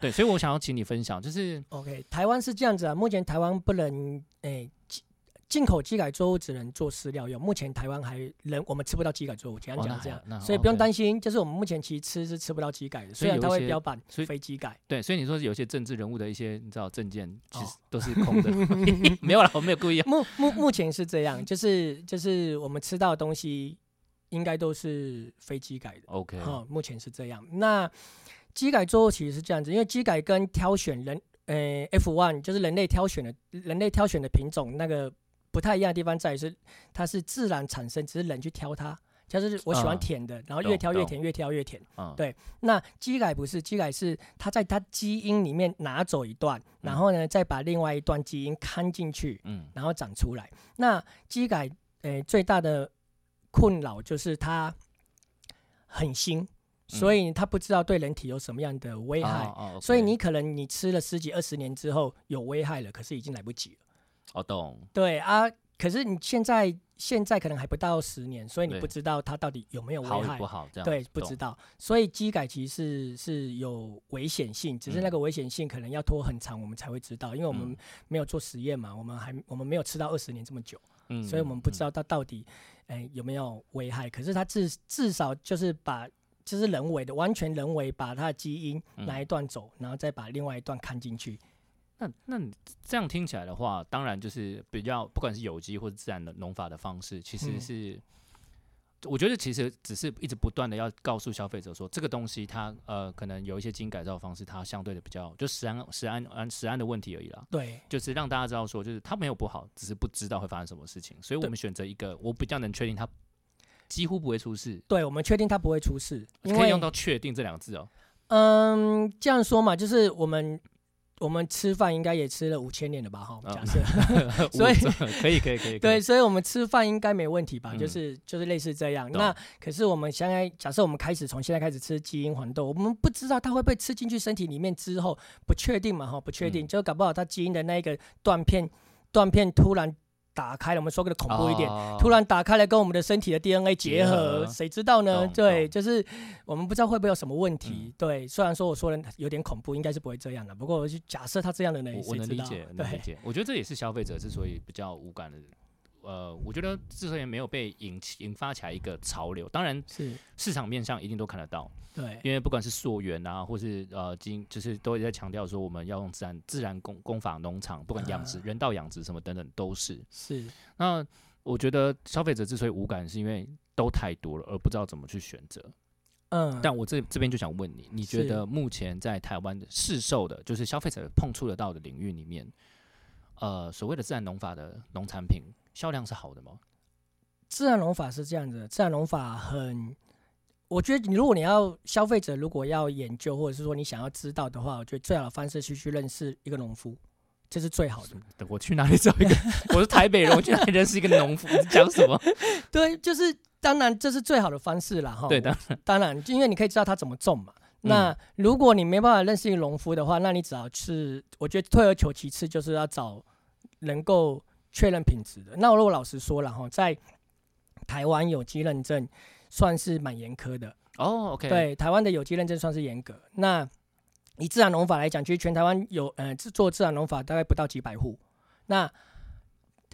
[SPEAKER 1] 对，所以我想要请你分享，就是
[SPEAKER 3] OK，台湾是这样子啊，目前台湾不能诶进进口机改作物只能做饲料用，目前台湾还人我们吃不到机改作物，简单
[SPEAKER 1] 哦那
[SPEAKER 3] 讲
[SPEAKER 1] 还
[SPEAKER 3] 这样，
[SPEAKER 1] 那
[SPEAKER 3] 所以不用
[SPEAKER 1] OK
[SPEAKER 3] 担心，就是我们目前其实吃是吃不到机改的，
[SPEAKER 1] 所以
[SPEAKER 3] 虽然
[SPEAKER 1] 有
[SPEAKER 3] 它
[SPEAKER 1] 一
[SPEAKER 3] 会
[SPEAKER 1] 些
[SPEAKER 3] 标榜
[SPEAKER 1] 所以
[SPEAKER 3] 非机改，
[SPEAKER 1] 对，所以你说有些政治人物的一些你知道证件其
[SPEAKER 3] 哦
[SPEAKER 1] 实都是空 的，没有啦，我没有故意啊。
[SPEAKER 3] 目 目目前是这样，就是就是我们吃到的东西应该都是非机改的。
[SPEAKER 1] OK，
[SPEAKER 3] 哦，目前是这样。那机改作物其实是这样子，因为机改跟挑选人，呃，F one 就是人类挑选的人类挑选的品种那个不太一样的地方在于是它是自然产生，只是人去挑它。就是我喜欢
[SPEAKER 1] 嗯
[SPEAKER 3] 甜的，然后
[SPEAKER 1] 懂
[SPEAKER 3] 越挑越
[SPEAKER 1] 懂
[SPEAKER 3] 甜，越挑越甜。
[SPEAKER 1] 嗯，
[SPEAKER 3] 对那机改不是，机改是它在它基因里面拿走一段，然
[SPEAKER 1] 嗯
[SPEAKER 3] 后呢再把另外一段基因看进去，
[SPEAKER 1] 嗯，
[SPEAKER 3] 然后长出来。那机改
[SPEAKER 1] 嗯
[SPEAKER 3] 诶、呃最大的困扰就是它很新，所以他不知道对人体有什么样的危害。
[SPEAKER 1] 哦哦，OK
[SPEAKER 3] 所以你可能你吃了十几二十年之后有危害了，可是已经来不及了。
[SPEAKER 1] 哦懂，
[SPEAKER 3] 对啊，可是你现在现在可能还不到十年，所以你
[SPEAKER 1] 对
[SPEAKER 3] 不知道它到底有没有危
[SPEAKER 1] 好
[SPEAKER 3] 害
[SPEAKER 1] 与不。好这样
[SPEAKER 3] 对
[SPEAKER 1] 子，
[SPEAKER 3] 不
[SPEAKER 1] 懂
[SPEAKER 3] 知道，所以机改其实是是有危险性，只是那
[SPEAKER 1] 嗯
[SPEAKER 3] 个危险性可能要拖很长，我们才会知道，因为我们
[SPEAKER 1] 嗯
[SPEAKER 3] 没有做实验嘛，我们还我们没有吃到二十年这么久，
[SPEAKER 1] 嗯
[SPEAKER 3] 所以我们不知
[SPEAKER 1] 道
[SPEAKER 3] 道它到底，哎、有没有危害。可是它至至少就是把就是人为的，完全人为把它的基因
[SPEAKER 1] 嗯
[SPEAKER 3] 哪一段走，然后再把另外一段看进去。
[SPEAKER 1] 那那你这样听起来的话，当然就是比较不管是有机或者自然的农法的方式，其实
[SPEAKER 3] 嗯
[SPEAKER 1] 是、我觉得其实只是一直不断的要告诉消费者说，这个东西它呃可能有一些基因改造方式，它相对的比较就食安食安安食安的问题而已啦。
[SPEAKER 3] 对，
[SPEAKER 1] 就是让大家知道说，就是它没有不好，只是不知道会发生什么事情，所以我
[SPEAKER 3] 对
[SPEAKER 1] 们选择一个我比较能确定它几乎不会出事，
[SPEAKER 3] 对，我们确定它不会出事，因
[SPEAKER 1] 可以
[SPEAKER 3] 为
[SPEAKER 1] 用到“确定”这两个字哦。
[SPEAKER 3] 嗯，这样说嘛，就是我们我们吃饭应该也吃了五千年了吧？哈，
[SPEAKER 1] 嗯
[SPEAKER 3] 假设、
[SPEAKER 1] 我
[SPEAKER 3] 所以
[SPEAKER 1] 这可以可以可以，可以
[SPEAKER 3] 对，，所以我们吃饭应该没问题吧？
[SPEAKER 1] 嗯
[SPEAKER 3] 就是就是类似这样。
[SPEAKER 1] 懂
[SPEAKER 3] 那可是我们现在假设我们开始从现在开始吃基因黄豆，我们不知道它会不会吃进去身体里面之后，不确定嘛哈，不确定，
[SPEAKER 1] 嗯
[SPEAKER 3] 就搞不好它基因的那一个断片断片突然打开了，我们说个恐怖一点。
[SPEAKER 1] 哦
[SPEAKER 3] 突然打开了，跟我们的身体的 DNA 结
[SPEAKER 1] 结
[SPEAKER 3] 合，
[SPEAKER 1] 合
[SPEAKER 3] 谁知道呢
[SPEAKER 1] 懂？
[SPEAKER 3] 对，
[SPEAKER 1] 懂
[SPEAKER 3] 就是我们不知道会不会有什么问题。
[SPEAKER 1] 嗯
[SPEAKER 3] 对，虽然说我说的有点恐怖，应该是不会这样的，不过我就假设他这样的呢，
[SPEAKER 1] 我我
[SPEAKER 3] 哎谁
[SPEAKER 1] 能
[SPEAKER 3] 知
[SPEAKER 1] 理
[SPEAKER 3] 道 啊
[SPEAKER 1] 解，能理
[SPEAKER 3] 对，
[SPEAKER 1] 解。我觉得这也是消费者之所以比较无感的，呃，我觉得之所以没有被引起引发起来一个潮流，当然
[SPEAKER 3] 是，
[SPEAKER 1] 市场面上一定都看得到，
[SPEAKER 3] 对，
[SPEAKER 1] 因为不管是溯源啊，或是呃经，就是都在强调说我们要用自然自然工工法农场，不管养殖、
[SPEAKER 3] 啊
[SPEAKER 1] 人道养殖什么等等都是。
[SPEAKER 3] 是，
[SPEAKER 1] 那我觉得消费者之所以无感，是因为都太多了，而不知道怎么去选择。
[SPEAKER 3] 嗯，
[SPEAKER 1] 但我这这边就想问你，你觉
[SPEAKER 3] 是
[SPEAKER 1] 得目前在台湾的市售的，就是消费者碰触得到的领域里面，呃，所谓的自然农法的农产品销量是好的吗？
[SPEAKER 3] 自然农法是这样子的，自然农法很，我觉得你如果你要消费者如果要研究或者是说你想要知道的话，我觉得最好的方式是去认识一个农夫，这是最好的。
[SPEAKER 1] 对我去哪里找一个？ 我是台北人，我去哪里认识一个农夫？你 讲什么？
[SPEAKER 3] 对，就是当然这是最好的方式啦，哈。
[SPEAKER 1] 对的，
[SPEAKER 3] 当然，嗯就因为你可以知道它怎么种嘛。那如果你没办法认识一个农夫的话，那你只要是，我觉得退而求其次，就是要找能够确认品质的。那我如果老实说了哈，在台湾有机认证算是蛮严苛的，
[SPEAKER 1] 哦，OK，，
[SPEAKER 3] 对，台湾的有机认证算是严格。那以自然农法来讲，其实全台湾有呃制做自然农法大概不到几百户。那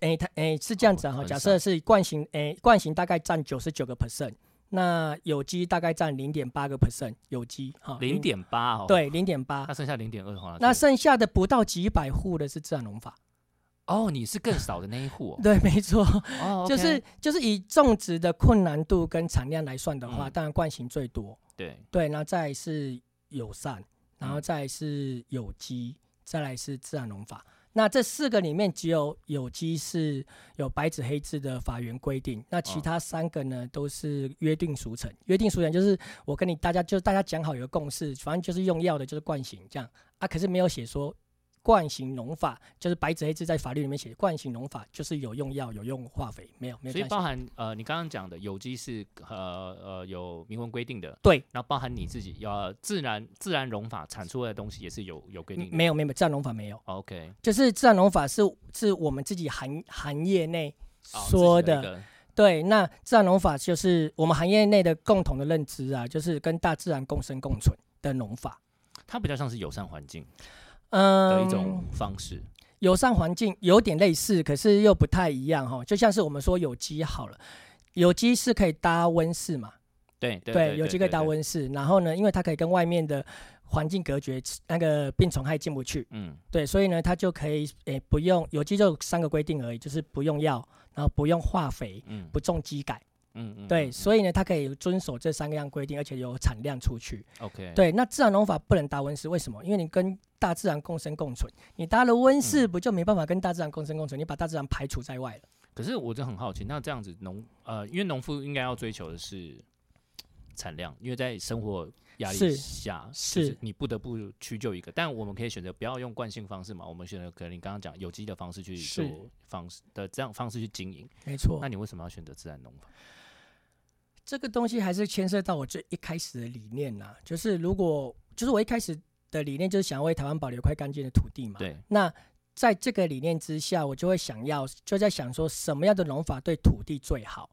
[SPEAKER 3] 诶，它诶是这样子啊哈、
[SPEAKER 1] 哦很
[SPEAKER 3] 假
[SPEAKER 1] 少
[SPEAKER 3] 设是惯型诶惯型大概占九十九个 percent，那有机大概占零点八个 percent，有机哈
[SPEAKER 1] 零点八哦，，
[SPEAKER 3] 对零点八
[SPEAKER 1] 那，剩下零点二好像
[SPEAKER 3] 那
[SPEAKER 1] 是
[SPEAKER 3] 剩下的不到几百户的是自然农法。
[SPEAKER 1] 哦，你是更少的那一户哦
[SPEAKER 3] 对，没错。
[SPEAKER 1] 哦，OK
[SPEAKER 3] 就是就是以种植的困难度跟产量来算的话，
[SPEAKER 1] 嗯
[SPEAKER 3] 当然惯型最多。
[SPEAKER 1] 对，
[SPEAKER 3] 对，然后再来是友善，然后
[SPEAKER 1] 嗯
[SPEAKER 3] 再来是有机，再来是自然农法。那这四个里面，只有有机是有白纸黑字的法源规定，那其
[SPEAKER 1] 嗯
[SPEAKER 3] 他三个呢都是约定俗成。约定俗成就是我跟你大家就是大家讲好有个共识，反正就是用药的就是惯型这样啊，可是没有写说惯型农法，就是白纸黑字在法律里面写惯型农法就是有用药有用化肥，没有没
[SPEAKER 1] 所
[SPEAKER 3] 有这
[SPEAKER 1] 以
[SPEAKER 3] 样写。
[SPEAKER 1] 包含呃，你刚刚讲的有机是呃呃有明文规定的，
[SPEAKER 3] 对，
[SPEAKER 1] 然后包含你自己要、呃自然自然农法产出来的东西也是有有规定的，哦
[SPEAKER 3] 没有没有自然农法没有。
[SPEAKER 1] OK，
[SPEAKER 3] 就是自然农法是是我们自己行行业内
[SPEAKER 1] 哦
[SPEAKER 3] 说
[SPEAKER 1] 自己
[SPEAKER 3] 的，
[SPEAKER 1] 一个
[SPEAKER 3] 对。那自然农法就是我们行业内的共同的认知啊，就是跟大自然共生共存的农法。
[SPEAKER 1] 它比较像是友善环境
[SPEAKER 3] 嗯，
[SPEAKER 1] 的一种方式。
[SPEAKER 3] 友善环境有点类似，可是又不太一样哈、就像是我们说有机好了，有机是可以搭温室嘛，
[SPEAKER 1] 对对
[SPEAKER 3] 有机可以搭，温室。然后呢，因为它可以跟外面的环境隔绝，那个病虫害进不去。
[SPEAKER 1] 嗯，
[SPEAKER 3] 对，所以呢，它就可以诶、不用有机就三个规定而已，就是不用药，然后不用化肥，
[SPEAKER 1] 嗯
[SPEAKER 3] 不种机改。
[SPEAKER 1] 嗯嗯，
[SPEAKER 3] 对，
[SPEAKER 1] 嗯
[SPEAKER 3] 所以呢，它可以遵守这三个样规定，而且有产量出去。
[SPEAKER 1] OK，，
[SPEAKER 3] 对，那自然农法不能搭温室，为什么？因为你跟大自然共生共存，你搭了温室，不就没办法跟大自然共生共存？你把大自然排除在外了。
[SPEAKER 1] 可是我就很好奇，那这样子农呃，因为农夫应该要追求的是产量，因为在生活压力
[SPEAKER 3] 是
[SPEAKER 1] 下，
[SPEAKER 3] 是
[SPEAKER 1] 就是你不得不屈就一个，但我们可以选择不要用惯性方式嘛，我们选择可能你刚刚讲有机的方式去
[SPEAKER 3] 是
[SPEAKER 1] 做方式的这样方式去经营。
[SPEAKER 3] 没错
[SPEAKER 1] 那，你为什么要选择自然农法？
[SPEAKER 3] 这个东西还是牵涉到我最一开始的理念呐、就是如果就是我一开始的理念就是想要为台湾保留一块干净的土地嘛。
[SPEAKER 1] 对，
[SPEAKER 3] 那在这个理念之下，我就会想要就在想说什么样的农法对土地最好。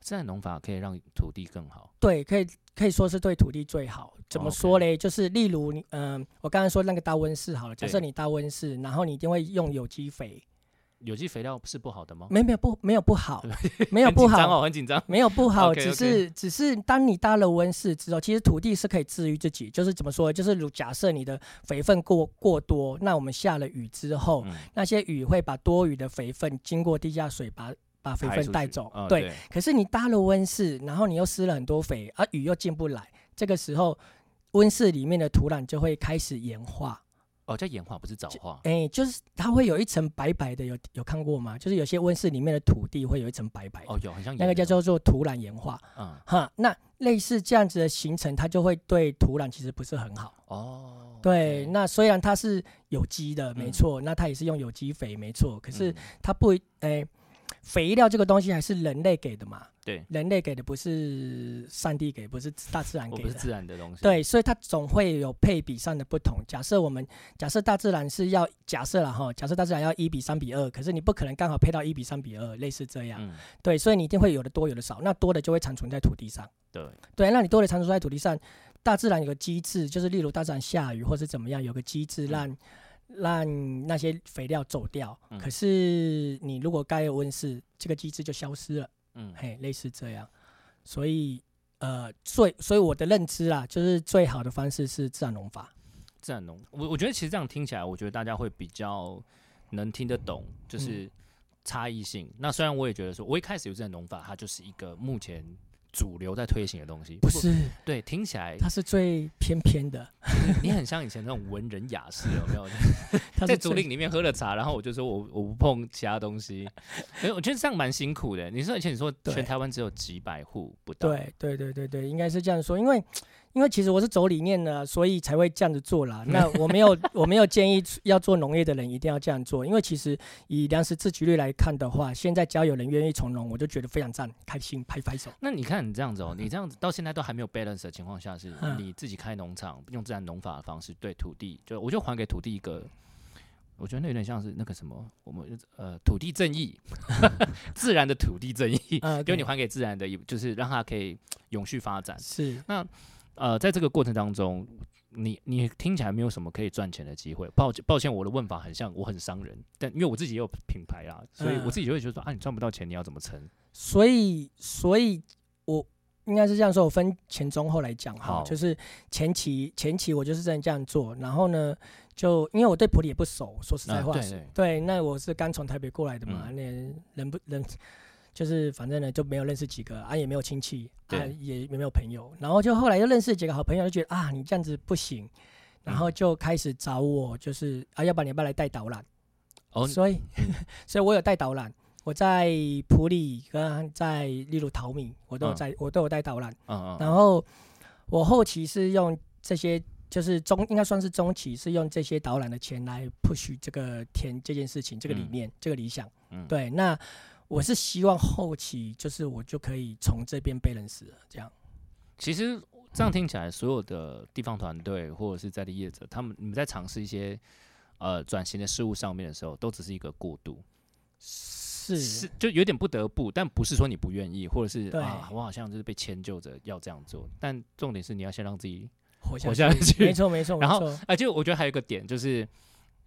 [SPEAKER 1] 自然农法可以让土地更好。
[SPEAKER 3] 对，可以可以说是对土地最好。怎么说
[SPEAKER 1] OK
[SPEAKER 3] 嘞就是例如你，嗯、我刚才说那个大温室好了，假设
[SPEAKER 1] 对
[SPEAKER 3] 你大温室，然后你一定会用有机肥，
[SPEAKER 1] 有机肥料是不好的吗？
[SPEAKER 3] 没没有不没有不好， 没有
[SPEAKER 1] 哦很
[SPEAKER 3] 不
[SPEAKER 1] 紧张
[SPEAKER 3] 好，
[SPEAKER 1] 哦，很紧张。
[SPEAKER 3] 没有不好
[SPEAKER 1] OK，OK
[SPEAKER 3] 只是只是当你搭了温室之后，其实土地是可以治愈自己。就是怎么说，就是如假设你的肥分过过多，那我们下了雨之后，
[SPEAKER 1] 嗯，
[SPEAKER 3] 那些雨会把多余的肥分经过地下水把把肥
[SPEAKER 1] 排出
[SPEAKER 3] 分带
[SPEAKER 1] 去
[SPEAKER 3] 走。
[SPEAKER 1] 啊
[SPEAKER 3] 对，可是你搭了温室，然后你又施了很多肥，而、雨又进不来，这个时候温室里面的土壤就会开始盐化。
[SPEAKER 1] 哦，叫演化不是早化。
[SPEAKER 3] 哎、就是它会有一层白白的，有有看过吗？就是有些温室里面的土地会有一层白白的，
[SPEAKER 1] 哦，有很像
[SPEAKER 3] 那个
[SPEAKER 1] 盐
[SPEAKER 3] 叫
[SPEAKER 1] 哦
[SPEAKER 3] 做做土壤盐化。
[SPEAKER 1] 嗯
[SPEAKER 3] 哈，那类似这样子的形成，它就会对土壤其实不是很好。
[SPEAKER 1] 哦，
[SPEAKER 3] 对，
[SPEAKER 1] OK，
[SPEAKER 3] 那虽然它是有机的，没
[SPEAKER 1] 嗯
[SPEAKER 3] 错，那它也是用有机肥，没错，可是
[SPEAKER 1] 嗯
[SPEAKER 3] 它不，哎、肥料这个东西还是人类给的嘛，
[SPEAKER 1] 对，
[SPEAKER 3] 人类给的不是上帝给，不是大自然
[SPEAKER 1] 我
[SPEAKER 3] 给
[SPEAKER 1] 不是
[SPEAKER 3] 的。
[SPEAKER 1] 自然的东西。
[SPEAKER 3] 对，所以它总会有配比上的不同。假设我们假设大自然是要假设了哈，假设大自然要一比三比二，可是你不可能刚好配到一比三比二，类似这样。
[SPEAKER 1] 嗯，
[SPEAKER 3] 对，所以你一定会有的多，有的少。那多的就会残存在土地上。
[SPEAKER 1] 对，
[SPEAKER 3] 对，那你多的残存在土地上，大自然有个机制，就是例如大自然下雨或是怎么样，有个机制
[SPEAKER 1] 嗯
[SPEAKER 3] 让、让那些肥料走掉。
[SPEAKER 1] 嗯
[SPEAKER 3] 可是你如果盖了温室，这个机制就消失了，
[SPEAKER 1] 嗯，
[SPEAKER 3] 嘿，类似这样。所以呃，最所以我的认知啦，就是最好的方式是自然农法。
[SPEAKER 1] 自然农，我我觉得其实这样听起来，我觉得大家会比较能听得懂，
[SPEAKER 3] 嗯
[SPEAKER 1] 就是差异性。那虽然我也觉得说，我一开始有自然农法，它就是一个目前主流在推行的东西，
[SPEAKER 3] 不
[SPEAKER 1] 过
[SPEAKER 3] 是，
[SPEAKER 1] 对，听起 来
[SPEAKER 3] 它是最偏偏的，
[SPEAKER 1] 你很像以前那种文人雅士，有 没有？
[SPEAKER 3] 它
[SPEAKER 1] 在
[SPEAKER 3] 是
[SPEAKER 1] 竹
[SPEAKER 3] 最
[SPEAKER 1] 林里面喝了茶，然后我就说我我不碰其他东西，哎，我觉得这样蛮辛苦的。你说以前你说
[SPEAKER 3] 对
[SPEAKER 1] 全台湾只有几百户不到，
[SPEAKER 3] 对对对对对，应该是这样说，因为因为其实我是走理念的，啊所以才会这样子做啦。
[SPEAKER 1] 嗯
[SPEAKER 3] 那我没有我没有建议要做农业的人一定要这样做，因为其实以粮食自给率来看的话，现在只要有人愿意从农，我就觉得非常赞，开心，拍拍手。
[SPEAKER 1] 那你看你这样子哦，你这样子到现在都还没有 balance 的情况下，是
[SPEAKER 3] 嗯
[SPEAKER 1] 你自己开农场，用自然农法的方式对土地，就我就还给土地一个，我觉得那有点像是那个什么，我们呃土地正 义，自然的土地正义，
[SPEAKER 3] 呃，
[SPEAKER 1] 就
[SPEAKER 3] 对
[SPEAKER 1] 你还给自然的，就是让它可以永续发展。
[SPEAKER 3] 是
[SPEAKER 1] 呃，在这个过程当中，你你听起来没有什么可以赚钱的机会。抱歉，抱歉，我的问法很像我很伤人，但因为我自己也有品牌啦，所以我
[SPEAKER 3] 嗯
[SPEAKER 1] 自己就会觉得说啊，你赚不到钱，你要怎么撑？
[SPEAKER 3] 所以，所以我应该是这样说，我分前中后来讲哈
[SPEAKER 1] 好，
[SPEAKER 3] 就是前期前期我就是真的这样做，然后呢，就因为我对普里也不熟，说实在
[SPEAKER 1] 啊
[SPEAKER 3] 话
[SPEAKER 1] 对
[SPEAKER 3] 是，
[SPEAKER 1] 对
[SPEAKER 3] 那我是刚从台北过来的嘛，
[SPEAKER 1] 嗯
[SPEAKER 3] 那、人不人就是反正呢就没有认识几个啊，也没有亲戚啊
[SPEAKER 1] 对，
[SPEAKER 3] 也也没有朋友，然后就后来又认识几个好朋友，就觉得啊你这样子不行，然后
[SPEAKER 1] 嗯
[SPEAKER 3] 就开始找我，就是啊，要不然你要不要来带导览？
[SPEAKER 1] 哦，
[SPEAKER 3] 所以， 所以我有带导览，我在普里跟在例如淘米，我都有
[SPEAKER 1] 嗯
[SPEAKER 3] 在，我都有带导览。
[SPEAKER 1] 嗯嗯
[SPEAKER 3] 然后我后期是用这些，就是中应该算是中期，是用这些导览的钱来 push 这个田这件事情、这个理
[SPEAKER 1] 嗯
[SPEAKER 3] 念、这个理想。
[SPEAKER 1] 嗯，
[SPEAKER 3] 对，那我是希望后期就是我就可以从这边被认识了，这样。
[SPEAKER 1] 其实这样听起来，所有的地方团队或者是在地业者，他们你们在尝试一些呃转型的事物上面的时候，都只是一个过渡，
[SPEAKER 3] 是
[SPEAKER 1] 就有点不得不，但不是说你不愿意，或者是
[SPEAKER 3] 对
[SPEAKER 1] 啊，我好像就是被迁就着要这样做。但重点是你要先让自己，
[SPEAKER 3] 活
[SPEAKER 1] 活
[SPEAKER 3] 下
[SPEAKER 1] 下去
[SPEAKER 3] 没错没错没
[SPEAKER 1] 然后
[SPEAKER 3] 错，
[SPEAKER 1] 而且啊我觉得还有一个点就是。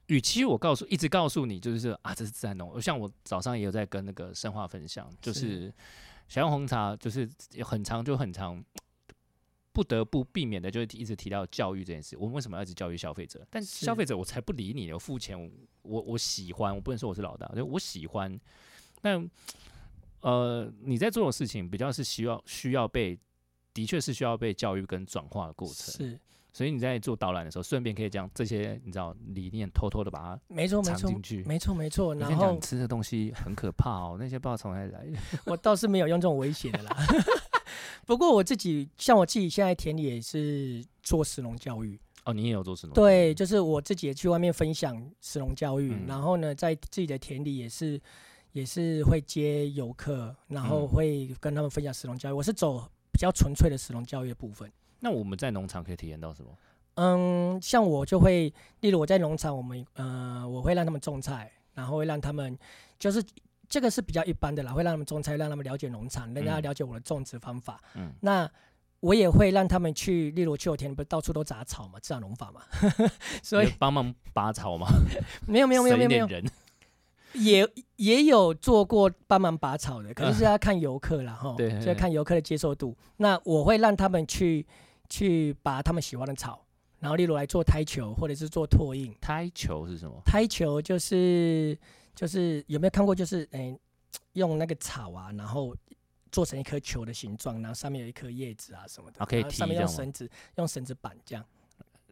[SPEAKER 1] 与其我告诉一直告诉你，就是啊，这是自然农，像我早上也有在跟那个生化分享，就是是小用红茶，就是很长就很长，不得不避免的就是一直提到教育这件事。我们为什么要一直教育消费者？但
[SPEAKER 3] 是
[SPEAKER 1] 消费者我才不理你，我付钱，我我喜欢，我不能说我是老大，就我喜欢。但呃，你在做的事情比较是需要需要被，的确是需要被教育跟转化的过程。
[SPEAKER 3] 是
[SPEAKER 1] 所以你在做导览的时候，顺便可以将这些你知道理念偷偷的把它
[SPEAKER 3] 哦没错没
[SPEAKER 1] 藏
[SPEAKER 3] 错
[SPEAKER 1] 进去。
[SPEAKER 3] 没错没错。
[SPEAKER 1] 我
[SPEAKER 3] 然
[SPEAKER 1] 跟你讲，
[SPEAKER 3] 后
[SPEAKER 1] 你吃的东西很可怕哦，那些不知道从哪里来的。
[SPEAKER 3] 我倒是没有用这种威胁的啦。不过我自己，像我自己现在田里也是做石农教育，
[SPEAKER 1] 哦，你也有做什么？
[SPEAKER 3] 对，就是我自己也去外面分享石农教育，
[SPEAKER 1] 嗯
[SPEAKER 3] 然后呢，在自己的田里也是也是会接游客，然
[SPEAKER 1] 嗯
[SPEAKER 3] 后会跟他们分享石龙教育。我是走比较纯粹的石龙教育的部分。
[SPEAKER 1] 那我们在农场可以体验到什么？
[SPEAKER 3] 嗯，像我就会，例如我在农场，我们呃，我会让他们种菜，然后会让他们就是这个是比较一般的啦，会让他们种菜，让他们了解农场，让他
[SPEAKER 1] 嗯
[SPEAKER 3] 了解我的种植方法。
[SPEAKER 1] 嗯
[SPEAKER 3] 那我也会让他们去，例如去我田里不是到处都杂草嘛，自然农法嘛， 所以
[SPEAKER 1] 有帮忙拔草吗？
[SPEAKER 3] 没有没有没有
[SPEAKER 1] 省
[SPEAKER 3] 没有
[SPEAKER 1] 一
[SPEAKER 3] 没
[SPEAKER 1] 点
[SPEAKER 3] 有，
[SPEAKER 1] 人，
[SPEAKER 3] 也也有做过帮忙拔草的，可是是要看游客啦，哈、
[SPEAKER 1] 对
[SPEAKER 3] 就要看游客的接受度。那我会让他们去去拔他们喜欢的草，然后例如来做台球或者是做拓印。
[SPEAKER 1] 台球是什么？
[SPEAKER 3] 台球就是就是有没有看过？就是诶、用那个草啊，然后做成一颗球的形状，然后上面有一颗叶子啊什么的，
[SPEAKER 1] 啊可以
[SPEAKER 3] 然后上
[SPEAKER 1] 踢
[SPEAKER 3] 面
[SPEAKER 1] 这
[SPEAKER 3] 用
[SPEAKER 1] 样吗
[SPEAKER 3] 绳子用绳子绑这样。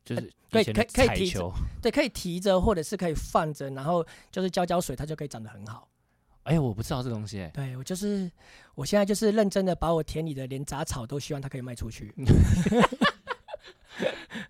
[SPEAKER 1] 就是
[SPEAKER 3] 可以
[SPEAKER 1] 以前的
[SPEAKER 3] 可以可以
[SPEAKER 1] 彩
[SPEAKER 3] 提
[SPEAKER 1] 球。
[SPEAKER 3] 对，可以提着或者是可以放着，然后就是浇浇水，它就可以长得很好。
[SPEAKER 1] 哎，我不知道这东西哎。
[SPEAKER 3] 对我就是，我现在就是认真的把我田里的连杂草都希望它可以卖 出去。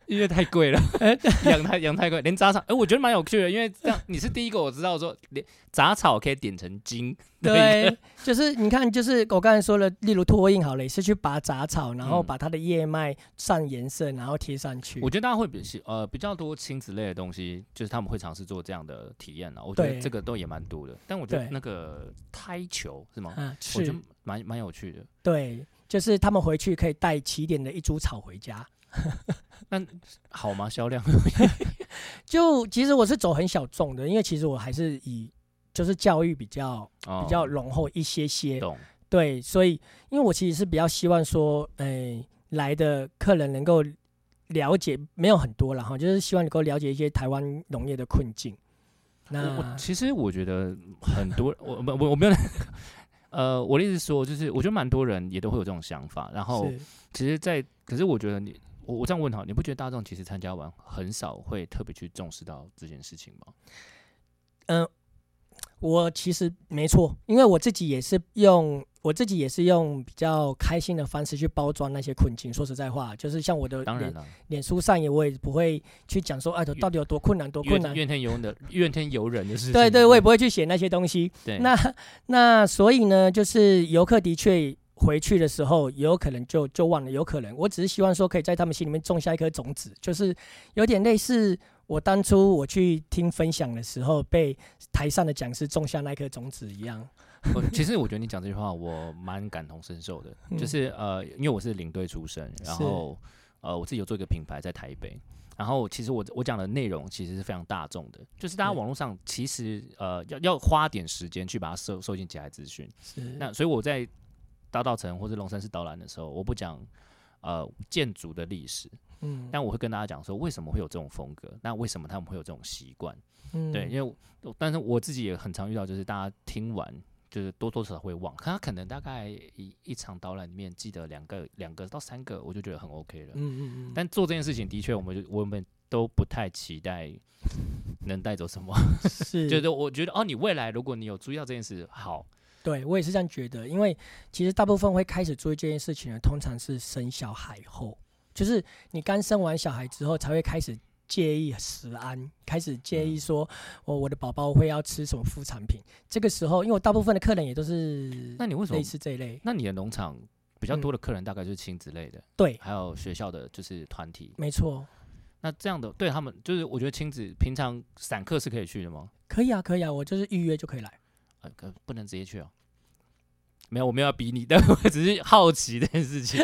[SPEAKER 1] 因为太贵了， 养太养太贵，连杂草，哎、我觉得蛮有趣的，因为这样你是第一个我知道说连杂草可以点成精，
[SPEAKER 3] 对，就是你看，就是我刚才说了，例如脱印好了，也是去拔杂草，然后
[SPEAKER 1] 嗯
[SPEAKER 3] 把它的叶脉上颜色，然后贴上去。
[SPEAKER 1] 我觉得大家会比喜呃比较多亲子类的东西，就是他们会尝试做这样的体验啊了，我觉得
[SPEAKER 3] 对
[SPEAKER 1] 这个都也蛮多的，但我觉得
[SPEAKER 3] 对
[SPEAKER 1] 那个胎球是吗？
[SPEAKER 3] 啊，
[SPEAKER 1] 我觉得
[SPEAKER 3] 是，
[SPEAKER 1] 蛮蛮有趣的，
[SPEAKER 3] 对，就是他们回去可以带起点的一株草回家。
[SPEAKER 1] 好吗？销 量
[SPEAKER 3] 就其实我是走很小众的，因为其实我还是以就是教育比较
[SPEAKER 1] 哦
[SPEAKER 3] 比较浓厚一些些。
[SPEAKER 1] 懂，
[SPEAKER 3] 对，所以因为我其实是比较希望说，诶、来的客人能够了解，没有很多了哈，就是希望能够了解一些台湾农业的困境。
[SPEAKER 1] 我
[SPEAKER 3] 那
[SPEAKER 1] 我其实我觉得很多，我我我我没有，呃，我的意思是说，就是我觉得蛮多人也都会有这种想法，然后
[SPEAKER 3] 是
[SPEAKER 1] 其实在，可是我觉得你，我我这样问哈，你不觉得大众其实参加完很少会特别去重视到这件事情吗？
[SPEAKER 3] 我其实没错，因为我自己也是用我自己也是用比较开心的方式去包装那些困境。说实在话，就是像我的
[SPEAKER 1] 当然
[SPEAKER 3] 脸
[SPEAKER 1] 了，
[SPEAKER 3] 脸书上也我也不会去讲说，哎，到底有多困难，多困
[SPEAKER 1] 怨
[SPEAKER 3] 难。
[SPEAKER 1] 怨天尤人的怨天尤人的事情，
[SPEAKER 3] 对对，我也不会去写那些东西。
[SPEAKER 1] 对。
[SPEAKER 3] 那那所以呢，就是游客的确回去的时候，也有可能就就忘了，有可能。我只是希望说，可以在他们心里面种下一颗种子，就是有点类似我当初我去听分享的时候，被台上的讲师种下那颗种子一样。
[SPEAKER 1] 我其实我觉得你讲这句话，我蛮感同身受的，
[SPEAKER 3] 嗯
[SPEAKER 1] 就是呃，因为我是领队出身，然
[SPEAKER 3] 是
[SPEAKER 1] 后呃，我自己有做一个品牌在台北，然后其实我我讲的内容其实是非常大众的，就是大家
[SPEAKER 3] 对
[SPEAKER 1] 网络上其实呃要要花点时间去把它收收进起来资讯，
[SPEAKER 3] 是，
[SPEAKER 1] 那所以我在大道城或者龙山寺导览的时候，我不讲呃建筑的历史，
[SPEAKER 3] 嗯
[SPEAKER 1] 但我会跟大家讲说为什么会有这种风格，那为什么他们会有这种习惯？
[SPEAKER 3] 嗯
[SPEAKER 1] 对，因为我但是我自己也很常遇到，就是大家听完就是多多少少会忘，可他可能大概一一场导览里面记得两个、两个到三个，我就觉得很 OK 了。
[SPEAKER 3] 嗯嗯嗯，
[SPEAKER 1] 但 做这件事情的确，我们就我们都不太期待 能带走什么，
[SPEAKER 3] 是
[SPEAKER 1] 就是我觉得哦，你未来如果你有注意到这件事，好，
[SPEAKER 3] 对我也是这样觉得，因为其实大部分会开始注意这件事情的，通常是生小孩后，就是你刚生完小孩之后才会开始介意食安，开始介
[SPEAKER 1] 嗯
[SPEAKER 3] 意说，哦我、我的宝宝会要吃什么副产品。这个时候，因为我大部分的客人也都是
[SPEAKER 1] 那你为什么
[SPEAKER 3] 类？似这一类，
[SPEAKER 1] 那你的农场比较
[SPEAKER 3] 嗯
[SPEAKER 1] 多的客人大概就是亲子类的，
[SPEAKER 3] 对，
[SPEAKER 1] 还有学校的就是团体。
[SPEAKER 3] 没错，
[SPEAKER 1] 那这样的对他们，就是我觉得亲子平常散客是可以去的吗？
[SPEAKER 3] 可以啊，可以啊，我就是预约就可以来。
[SPEAKER 1] 呃，可不能直接去哦。没有，我没有要逼你，但我只是好奇这件事 情。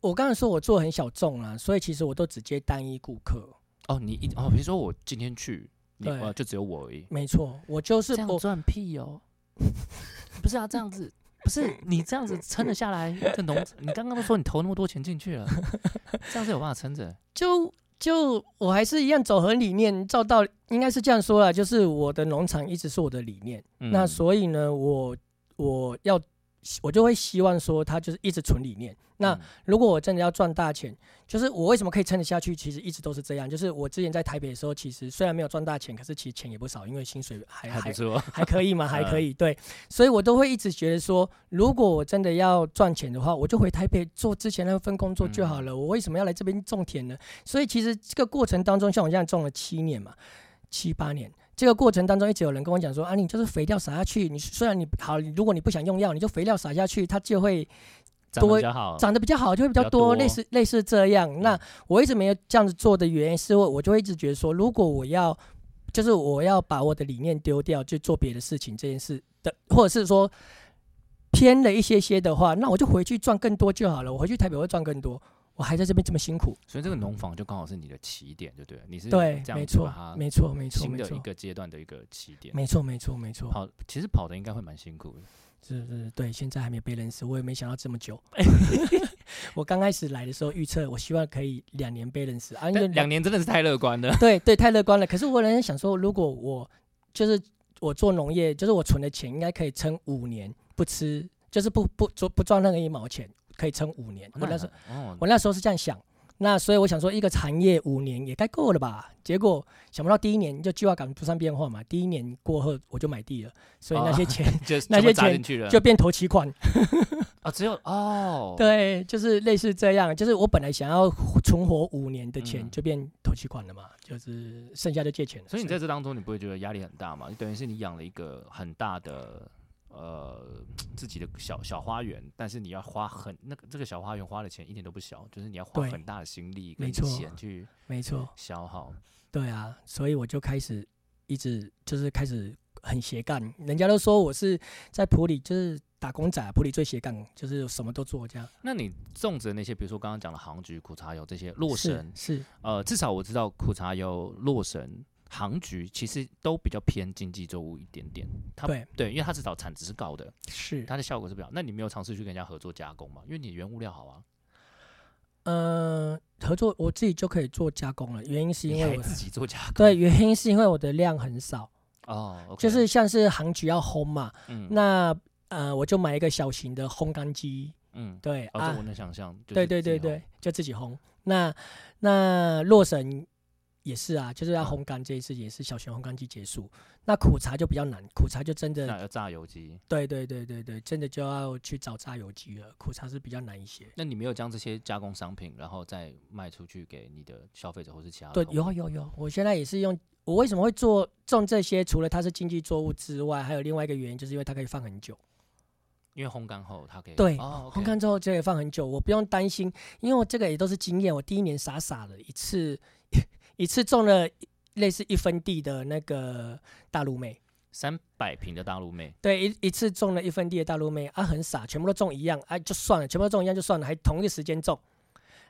[SPEAKER 3] 我刚才说我做很小众啦，所以其实我都只接单一顾客。
[SPEAKER 1] 哦，你一哦，比如说我今天去，你
[SPEAKER 3] 对
[SPEAKER 1] 呃就只有我而已，
[SPEAKER 3] 没错，我就是
[SPEAKER 1] 这样
[SPEAKER 3] 我
[SPEAKER 1] 赚屁哦！不是啊，这样子不是你这样子撑得下来，这农 你刚刚都说你投那么多钱进去了，这样子有办法撑着？
[SPEAKER 3] 就就我还是一样走很理念，照道理应该是这样说啦，就是我的农场一直是我的理念，
[SPEAKER 1] 嗯
[SPEAKER 3] 那所以呢，我我要我就会希望说，它就是一直存理念。那
[SPEAKER 1] 嗯
[SPEAKER 3] 如果我真的要赚大钱，就是我为什么可以撑得下去？其实一直都是这样，就是我之前在台北的时候，其实虽然没有赚大钱，可是其实钱也不少，因为薪水还
[SPEAKER 1] 哎还
[SPEAKER 3] 还
[SPEAKER 1] 不 错，
[SPEAKER 3] 还可以嘛，还可以。对，所以我都会一直觉得说，如果我真的要赚钱的话，我就回台北做之前那份工作就好了。我为什么要来这边种田呢？所以其实这个过程当中，像我现在种了七年嘛，七八年，这个过程当中，一直有人跟我讲说啊，你就是肥料撒下去，你虽然你好，如果你不想用药，你就肥料撒下去，它就会
[SPEAKER 1] 长得
[SPEAKER 3] 多
[SPEAKER 1] 比较好，
[SPEAKER 3] 长得比较好，就会比
[SPEAKER 1] 哦比较
[SPEAKER 3] 较
[SPEAKER 1] 多嗯
[SPEAKER 3] 多，类似类似这样。那我一直没有这样子做的原因是我，我就会一直觉得说，如果我要，就是我要把我的理念丢掉，去做别的事情这件事的，或者是说偏了一些些的话，那我就回去赚更多就好了。我回去台北会赚更多，我还在这边这么辛苦。
[SPEAKER 1] 所以这个农坊就刚好是你的起点，就对了，你是
[SPEAKER 3] 对
[SPEAKER 1] 这，样
[SPEAKER 3] 没
[SPEAKER 1] 子
[SPEAKER 3] 错
[SPEAKER 1] 把，它
[SPEAKER 3] 没错，没错，
[SPEAKER 1] 新
[SPEAKER 3] 没
[SPEAKER 1] 的一
[SPEAKER 3] 错，
[SPEAKER 1] 个阶段的一个起点。
[SPEAKER 3] 没错，没错，没错，
[SPEAKER 1] 跑其实跑的应该会蛮辛苦的，
[SPEAKER 3] 是是，对，现在还没被认识，我也没想到这 么久。我刚开始来的时候预测，我希望可以两年被认识啊，因为
[SPEAKER 1] 但两年真的是太乐观了。
[SPEAKER 3] 对对，太乐观了。可是我仍然想说，如果我就是我做农业，就是我存的钱应该可以撑五年，不吃就是不不做不赚任何一毛钱，可以撑五年。我那时候
[SPEAKER 1] 哦，
[SPEAKER 3] 我那时候是这样想。那所以我想说，一个产业五年也该够了吧？结果想不到第一年就计划赶不上变化嘛，第一年过后我就买地了，所以那些
[SPEAKER 1] 哦
[SPEAKER 3] 钱
[SPEAKER 1] 就
[SPEAKER 3] 那
[SPEAKER 1] 全部
[SPEAKER 3] 些
[SPEAKER 1] 砸
[SPEAKER 3] 钱
[SPEAKER 1] 进去了，
[SPEAKER 3] 就变头期款。
[SPEAKER 1] 啊，只有哦，，
[SPEAKER 3] 对，就是类似这样，就是我本来想要存活五年的钱
[SPEAKER 1] 嗯，
[SPEAKER 3] 就变头期款了嘛，就是剩下就借钱了。
[SPEAKER 1] 所以你在这当中，你不会觉得压力很大嘛？就等于是你养了一个很大的呃自己的小小花园，但是你要花很那个这个小花园花的钱一点都不小，就是你要花
[SPEAKER 3] 对
[SPEAKER 1] 很大的心力
[SPEAKER 3] 没
[SPEAKER 1] 跟
[SPEAKER 3] 错
[SPEAKER 1] 钱去
[SPEAKER 3] 没错，
[SPEAKER 1] 消耗。
[SPEAKER 3] 对啊，所以我就开始一直就是开始很斜杠，人家都说我是在普里就是打工仔，啊普里最斜杠，就是什么都做这样。
[SPEAKER 1] 那你种植的那些，比如说刚刚讲的杭菊、苦茶油这些洛
[SPEAKER 3] 是
[SPEAKER 1] 神，
[SPEAKER 3] 是，
[SPEAKER 1] 呃，至少我知道苦茶油、洛神、杭菊其实都比较偏经济作物一点点，它
[SPEAKER 3] 对
[SPEAKER 1] 对，因为它至少产值是高的，
[SPEAKER 3] 是，
[SPEAKER 1] 它的效果是比较。那你没有尝试去跟人家合作加工吗？因为你原物料好啊，
[SPEAKER 3] 呃，合作我自己就可以做加工了，原因是
[SPEAKER 1] 你
[SPEAKER 3] 因
[SPEAKER 1] 还
[SPEAKER 3] 为我
[SPEAKER 1] 自己做加工，
[SPEAKER 3] 对，原因是因为我的量很少，
[SPEAKER 1] 哦，OK，
[SPEAKER 3] 就是像是杭菊要烘嘛，
[SPEAKER 1] 嗯
[SPEAKER 3] 那呃我就买一个小型的烘干机，
[SPEAKER 1] 嗯，
[SPEAKER 3] 对
[SPEAKER 1] 哦，
[SPEAKER 3] 啊
[SPEAKER 1] 这我，能想象，就是
[SPEAKER 3] 对对对
[SPEAKER 1] 自己烘
[SPEAKER 3] 对，，就自己烘。那那洛神也是啊，就是要
[SPEAKER 1] 嗯
[SPEAKER 3] 烘干这一次也是小型烘干机结束。那苦茶就比较难，苦茶就真的
[SPEAKER 1] 那要榨油机。
[SPEAKER 3] 对对对对对，真的就要去找榨油机了。苦茶是比较难一些。
[SPEAKER 1] 那你没有将这些加工商品，然后再卖出去给你的消费者或是其他的
[SPEAKER 3] 对，
[SPEAKER 1] 同
[SPEAKER 3] 有啊有有，我现在也是用。我为什么会做种这些？除了它是经济作物之外，还有另外一个原因，就是因为它可以放很久。
[SPEAKER 1] 因为烘干后它可以
[SPEAKER 3] 对
[SPEAKER 1] 哦，OK，
[SPEAKER 3] 烘干之后就可以放很久，我不用担心，因为我这个也都是经验。我第一年傻傻的一次 一次种了类似一分地的那个大陆妹，
[SPEAKER 1] 三百瓶的大陆妹，
[SPEAKER 3] 对，一一次种了一分地的大陆妹啊，很傻，全部都种一样啊，就算了，全部都种一样就算了，还同一个时间种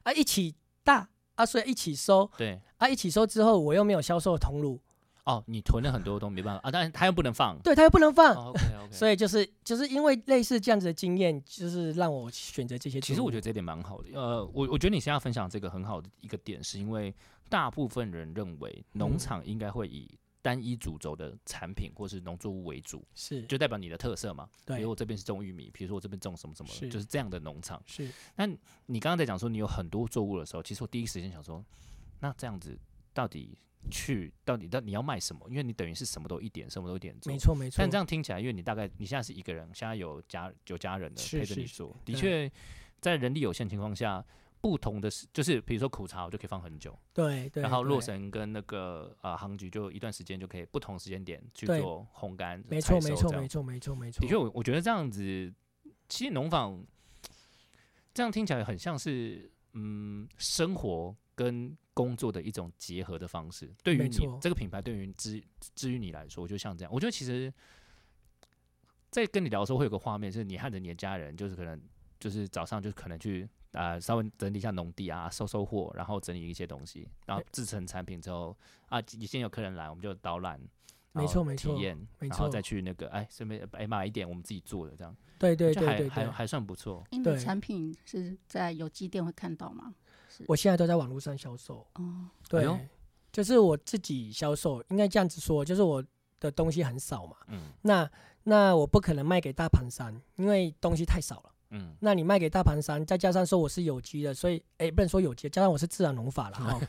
[SPEAKER 3] 啊，一起大啊，所以一起收
[SPEAKER 1] 对，
[SPEAKER 3] 啊，一起收之后我又没有销售通路，
[SPEAKER 1] 哦，你囤了很多都没办法啊，但是它又不能放，
[SPEAKER 3] 对，它又不能放。
[SPEAKER 1] 哦，OK OK，
[SPEAKER 3] 所以就是就是因为类似这样子的经验，就是让我选择这些。
[SPEAKER 1] 其实我觉得
[SPEAKER 3] 得，
[SPEAKER 1] 这点蛮好的，呃，我我觉得你现在分享这个很好的一个点，是因为大部分人认为农
[SPEAKER 3] 嗯
[SPEAKER 1] 场应该会以单一主轴的产品或是农作物为主，
[SPEAKER 3] 是
[SPEAKER 1] 就代表你的特色嘛。比
[SPEAKER 3] 对
[SPEAKER 1] 如我这边是种玉米，比如说我这边种什么什么，
[SPEAKER 3] 是
[SPEAKER 1] 就是这样的农场。
[SPEAKER 3] 是
[SPEAKER 1] 那你刚刚在讲说你有很多作物的时候，其实我第一时间想说，那这样子到底去到底到底你要卖什么？因为你等于是什么都一点，什么都一点做
[SPEAKER 3] 没。错没错。
[SPEAKER 1] 但这样听起来，因为你大概你现在是一个人，现在有家有家人的
[SPEAKER 3] 是
[SPEAKER 1] 陪着
[SPEAKER 3] 是
[SPEAKER 1] 你
[SPEAKER 3] 是
[SPEAKER 1] 做，的
[SPEAKER 3] 对
[SPEAKER 1] 确在人力有限情况下，不同的事就是比如说苦茶我就可以放很久，
[SPEAKER 3] 对对，
[SPEAKER 1] 然后洛
[SPEAKER 3] 对
[SPEAKER 1] 神跟那个呃杭菊就一段时间就可以不同时间点去
[SPEAKER 3] 对
[SPEAKER 1] 做烘干，
[SPEAKER 3] 没
[SPEAKER 1] 采
[SPEAKER 3] 错，没
[SPEAKER 1] 收
[SPEAKER 3] 错，
[SPEAKER 1] 这样
[SPEAKER 3] 没错，没错，没错。
[SPEAKER 1] 的确，我我觉得这样子，其实农坊这样听起来很像是，嗯，生活跟工作的一种结合的方式。对于
[SPEAKER 3] 没
[SPEAKER 1] 你
[SPEAKER 3] 错
[SPEAKER 1] 这个品牌，对于至至于你来说，就像这样，我觉得其实，在跟你聊的时候，会有个画面，是你和着你的家人，就是可能就是早上就可能去。啊，稍微整理一下农地啊，收收货，然后整理一些东西，然后
[SPEAKER 3] 没
[SPEAKER 1] 制成产品之后啊，已经有客人来，我们就导览，
[SPEAKER 3] 没
[SPEAKER 1] 然后
[SPEAKER 3] 错没
[SPEAKER 1] 体
[SPEAKER 3] 错
[SPEAKER 1] 验，
[SPEAKER 3] 没
[SPEAKER 1] 然后
[SPEAKER 3] 错
[SPEAKER 1] 再去那个哎，顺便哎买一点我们自己做的这样，
[SPEAKER 3] 对对
[SPEAKER 1] 就
[SPEAKER 3] 对
[SPEAKER 1] 还
[SPEAKER 3] 对
[SPEAKER 1] 还
[SPEAKER 3] 对，
[SPEAKER 1] 还算不错。
[SPEAKER 2] 因为
[SPEAKER 3] 对
[SPEAKER 2] 产品是在有机店会看到嘛？
[SPEAKER 3] 我现在都在网络上销售。
[SPEAKER 2] 哦，
[SPEAKER 1] 哎
[SPEAKER 3] 对
[SPEAKER 1] 呦，
[SPEAKER 3] 就是我自己销售，应该这样子说，就是我的东西很少嘛。
[SPEAKER 1] 嗯
[SPEAKER 3] 那那我不可能卖给大盘商，因为东西太少了。
[SPEAKER 1] 嗯，
[SPEAKER 3] 那你卖给大盘商，再加上说我是有机的，所以哎，不能说有机，加上我是自然农法了哈。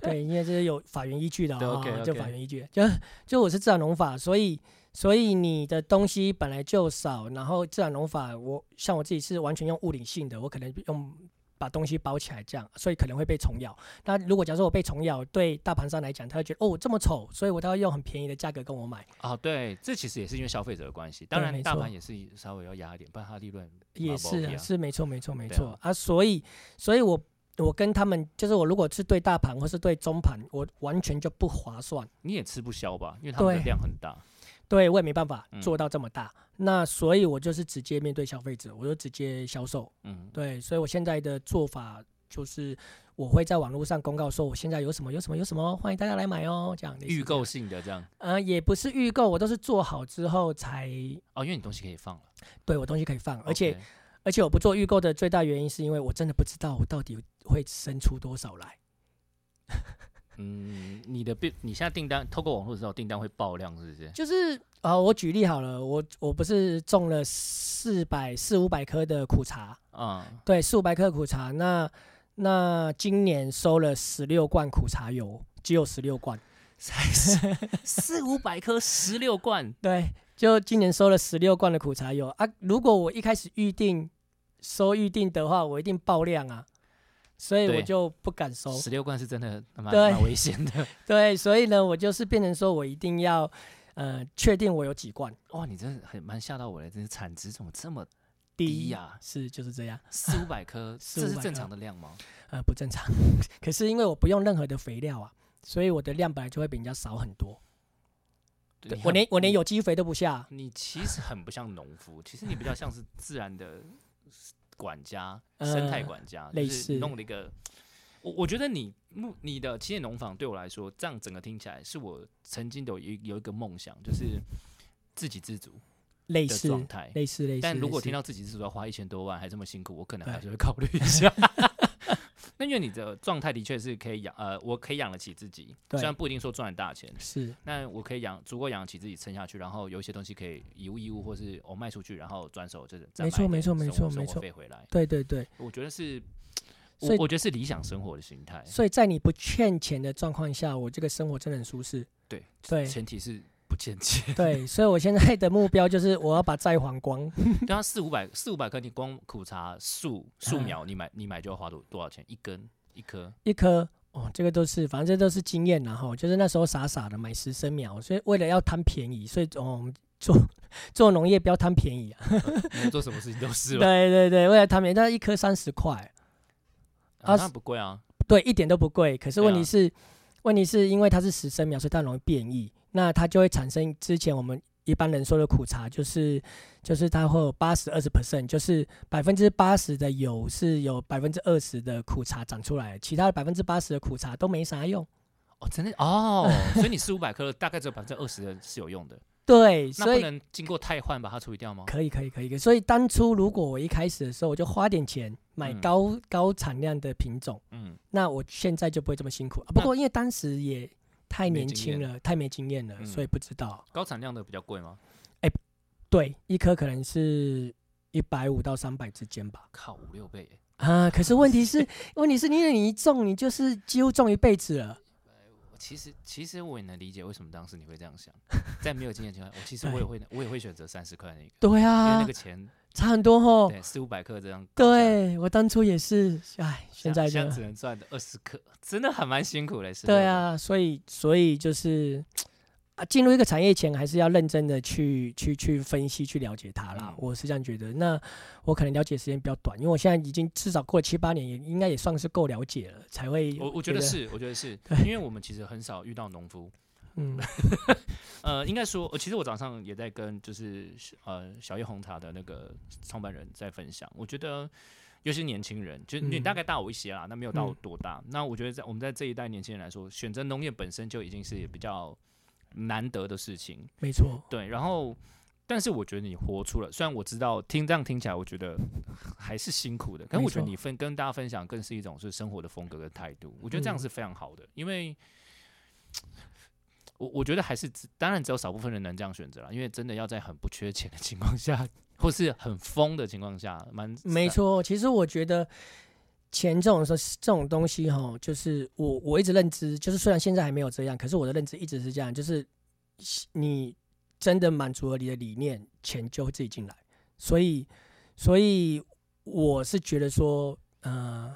[SPEAKER 3] 对，因为这是有法源依据的
[SPEAKER 1] 哦对
[SPEAKER 3] 啊，
[SPEAKER 1] ，OK，OK
[SPEAKER 3] 就法源依据，就就我是自然农法，所以所以你的东西本来就少，然后自然农法我像我自己是完全用物理性的，我可能用。把东西包起来这样，所以可能会被虫咬。那如果假设我被虫咬，对大盘商来讲，他会觉得哦这么丑，所以我都要用很便宜的价格跟我买，
[SPEAKER 1] 哦，对，这其实也是因为消费者的关系，当
[SPEAKER 3] 对
[SPEAKER 1] 然
[SPEAKER 3] 没
[SPEAKER 1] 大
[SPEAKER 3] 错
[SPEAKER 1] 盘也是稍微要压一点，不然它利润
[SPEAKER 3] 也
[SPEAKER 1] 嘛不
[SPEAKER 3] 是啊
[SPEAKER 1] OK 啊
[SPEAKER 3] 是没错没错没
[SPEAKER 1] 对啊
[SPEAKER 3] 错啊，所以所以我我跟他们就是我如果是对大盘或是对中盘，我完全就不划算。
[SPEAKER 1] 你也吃不消吧，因为他们的
[SPEAKER 3] 对
[SPEAKER 1] 量很大。
[SPEAKER 3] 对我也没办法
[SPEAKER 1] 嗯
[SPEAKER 3] 做到这么大，那所以我就是直接面对消费者，我就直接销售。
[SPEAKER 1] 嗯，
[SPEAKER 3] 对，所以我现在的做法就是我会在网络上公告说我现在有什么有什么有什么，欢迎大家来买哦，这样类似
[SPEAKER 1] 预
[SPEAKER 3] 这
[SPEAKER 1] 购
[SPEAKER 3] 样
[SPEAKER 1] 性的这样
[SPEAKER 3] 呃也不是预购，我都是做好之后才
[SPEAKER 1] 哦，因为你东西可以放了，
[SPEAKER 3] 对我东西可以放，而且
[SPEAKER 1] OK
[SPEAKER 3] 而且我不做预购的最大原因是因为我真的不知道我到底会生出多少来。
[SPEAKER 1] 嗯，你的订你现在订单透过网络的时候订单会爆量，是不是？
[SPEAKER 3] 就是啊、呃我举例好了，我我不是种了四百四五百颗的苦茶，
[SPEAKER 1] 嗯，
[SPEAKER 3] 对，四五百克苦茶。那那今年收了十六罐苦茶油，只有十六 罐。
[SPEAKER 1] 才四四五百颗，十六罐，
[SPEAKER 3] 对，就今年收了十六罐的苦茶油啊。如果我一开始预定收预定的话，我一定爆量啊，所以
[SPEAKER 1] 对
[SPEAKER 3] 我就不敢收。
[SPEAKER 1] 十六罐是真的蛮
[SPEAKER 3] 对
[SPEAKER 1] 蛮危险的。
[SPEAKER 3] 对，所以呢，我就是变成说我一定要呃确定我有几罐。
[SPEAKER 1] 哇，你真的很蛮吓到我了，真是产值怎么这么
[SPEAKER 3] 第
[SPEAKER 1] 低
[SPEAKER 3] 一
[SPEAKER 1] 呀
[SPEAKER 3] 是就是这样，
[SPEAKER 1] 四五百颗，
[SPEAKER 3] 四
[SPEAKER 1] 这
[SPEAKER 3] 五
[SPEAKER 1] 是
[SPEAKER 3] 百
[SPEAKER 1] 正
[SPEAKER 3] 颗
[SPEAKER 1] 常的量吗？
[SPEAKER 3] 呃不正常。 可是因为我不用任何的肥料啊，所以我的量本来就会比人家少很多。
[SPEAKER 1] 对
[SPEAKER 3] 对
[SPEAKER 1] 你
[SPEAKER 3] 我
[SPEAKER 1] 看
[SPEAKER 3] 连我连
[SPEAKER 1] 你
[SPEAKER 3] 有机肥都不下。
[SPEAKER 1] 你其实很不像农夫，其实你比较像是自然的管家，生态
[SPEAKER 3] 呃
[SPEAKER 1] 管家，
[SPEAKER 3] 类
[SPEAKER 1] 就是
[SPEAKER 3] 似
[SPEAKER 1] 弄了一个。我我觉得你目你的企业农坊对我来说，这样整个听起来是我曾经的有一有一个梦想，就是自给自足
[SPEAKER 3] 类
[SPEAKER 1] 的
[SPEAKER 3] 似
[SPEAKER 1] 状态。
[SPEAKER 3] 类似类似。
[SPEAKER 1] 但如
[SPEAKER 3] 类
[SPEAKER 1] 果
[SPEAKER 3] 似
[SPEAKER 1] 听到自己是说要花一千多万还这么辛苦，我可能还
[SPEAKER 3] 对
[SPEAKER 1] 是会考虑一下。 那因为你的状态的确是可以养，呃，我可以养得起自己，
[SPEAKER 3] 对
[SPEAKER 1] 虽然不一定说赚得大钱，
[SPEAKER 3] 是
[SPEAKER 1] 那我可以养足够养得起自己撑下去，然后有一些东西可以以物易物，或是我、卖出去，然后转手就是再
[SPEAKER 3] 没错
[SPEAKER 1] 买一
[SPEAKER 3] 没
[SPEAKER 1] 点
[SPEAKER 3] 错没
[SPEAKER 1] 生活
[SPEAKER 3] 错没
[SPEAKER 1] 生活
[SPEAKER 3] 错
[SPEAKER 1] 费回来。
[SPEAKER 3] 对对对，
[SPEAKER 1] 我觉得是，我
[SPEAKER 3] 所以
[SPEAKER 1] 我觉得是理想生活的形态，
[SPEAKER 3] 所以在你不欠钱的状况下，我这个生活真的很舒适。
[SPEAKER 1] 对
[SPEAKER 3] 对
[SPEAKER 1] 前提是不欠钱。
[SPEAKER 3] 对，所以我现在的目标就是我要把债还光。
[SPEAKER 1] 对啊，四五百四五百克，你光苦茶树树
[SPEAKER 3] 嗯
[SPEAKER 1] 苗，你买你买就要花多多少钱一根一颗？
[SPEAKER 3] 一颗哦，这个都是反正这都是经验然后就是那时候傻傻的买十升苗，所以为了要贪便宜，所以哦我们做做农业不要贪便宜啊。
[SPEAKER 1] 你们做什么事情都是
[SPEAKER 3] 对
[SPEAKER 1] 吧？
[SPEAKER 3] 对对，为了贪便宜，但是一颗三十块，
[SPEAKER 1] 啊，
[SPEAKER 3] 啊
[SPEAKER 1] 那不贵啊。
[SPEAKER 3] 对，一点都不贵。可是
[SPEAKER 1] 对啊
[SPEAKER 3] 问题是，问题是因为它是十升苗，所以它容易变异，那它就会产生之前我们一般人说的苦茶，就是就是它会有八十二十 percent，就是百分之八十的油是有百分之二十的苦茶长出来，其他的百分之八十的苦茶都没啥用。
[SPEAKER 1] 哦，真的哦，所以你四五百克，大概只有百分之二十的是有用 的，
[SPEAKER 3] 对，
[SPEAKER 1] 那
[SPEAKER 3] 所
[SPEAKER 1] 不
[SPEAKER 3] 以
[SPEAKER 1] 能经过汰换把它处理掉吗？
[SPEAKER 3] 可以可以可以可以。所以当初如果我一开始的时候我就花点钱买
[SPEAKER 1] 嗯
[SPEAKER 3] 高、高产量的品种，
[SPEAKER 1] 嗯，
[SPEAKER 3] 那我现在就不会这么辛苦。啊不
[SPEAKER 1] 那
[SPEAKER 3] 过因为当时也太
[SPEAKER 1] 没
[SPEAKER 3] 年
[SPEAKER 1] 经
[SPEAKER 3] 轻
[SPEAKER 1] 验
[SPEAKER 3] 了，太没经验了，
[SPEAKER 1] 嗯
[SPEAKER 3] 所以不知道。
[SPEAKER 1] 高产量的比较贵吗？
[SPEAKER 3] 对，一颗可能是一百五到三百之间吧。
[SPEAKER 1] 靠，五六倍耶。欸
[SPEAKER 3] 啊，可是问 题是，问题是因为你一种，你就是几乎种一辈子了。
[SPEAKER 1] 其实其实我也能理解为什么当时你会这样想， 在没有经验的情况下，我其实我也会我也会选择三十块那个，因为
[SPEAKER 3] 对
[SPEAKER 1] 那
[SPEAKER 3] 啊
[SPEAKER 1] 个，钱
[SPEAKER 3] 差很多哦。
[SPEAKER 1] 对四五百克这样搞下来，
[SPEAKER 3] 对我当初也是，哎，现
[SPEAKER 1] 像
[SPEAKER 3] 在
[SPEAKER 1] 像
[SPEAKER 3] 就
[SPEAKER 1] 只能赚二十克，真的还蛮辛苦的。是
[SPEAKER 3] 对，啊，所以所以就是啊，进入一个产业前，还是要认真的去去去分析、去了解它啦。
[SPEAKER 1] 嗯
[SPEAKER 3] 我是这样觉得。那我可能了解时间比较短，因为我现在已经至少过了七八年，也应该也算是够了解了，才会
[SPEAKER 1] 我我觉
[SPEAKER 3] 觉
[SPEAKER 1] 得，是，我觉得是因为我们其实很少遇到农夫，
[SPEAKER 3] 嗯，
[SPEAKER 1] 呃，应该说，呃其实我早上也在跟就是呃小叶红茶的那个创办人在分享，我觉得尤其是年轻人，就是你
[SPEAKER 3] 嗯
[SPEAKER 1] 大概大我一些啦，那没有到
[SPEAKER 3] 嗯
[SPEAKER 1] 多大。那我觉得在我们在这一代年轻人来说，选择农业本身就已经是比较难得的事情，
[SPEAKER 3] 没错，
[SPEAKER 1] 对。然后，但是我觉得你活出了，虽然我知道听这样听起来，我觉得 还是辛苦的，但
[SPEAKER 3] 没
[SPEAKER 1] 我觉得
[SPEAKER 3] 错
[SPEAKER 1] 你分跟大家分享更是一种是生活的风格跟态度，我觉得这样
[SPEAKER 3] 嗯
[SPEAKER 1] 是非常好的，因为。我我觉得还是只当然只有少部分人能这样选择了，因为真的要在很不缺钱的情况下，或是很疯的情况下，蛮
[SPEAKER 3] 没错。其实我觉得。钱这种说这种东西哈，就是我我一直认知，就是虽然现在还没有这样，可是我的认知一直是这样，就是你真的满足了你的理念，钱就会自己进来。所以，所以我是觉得说，呃，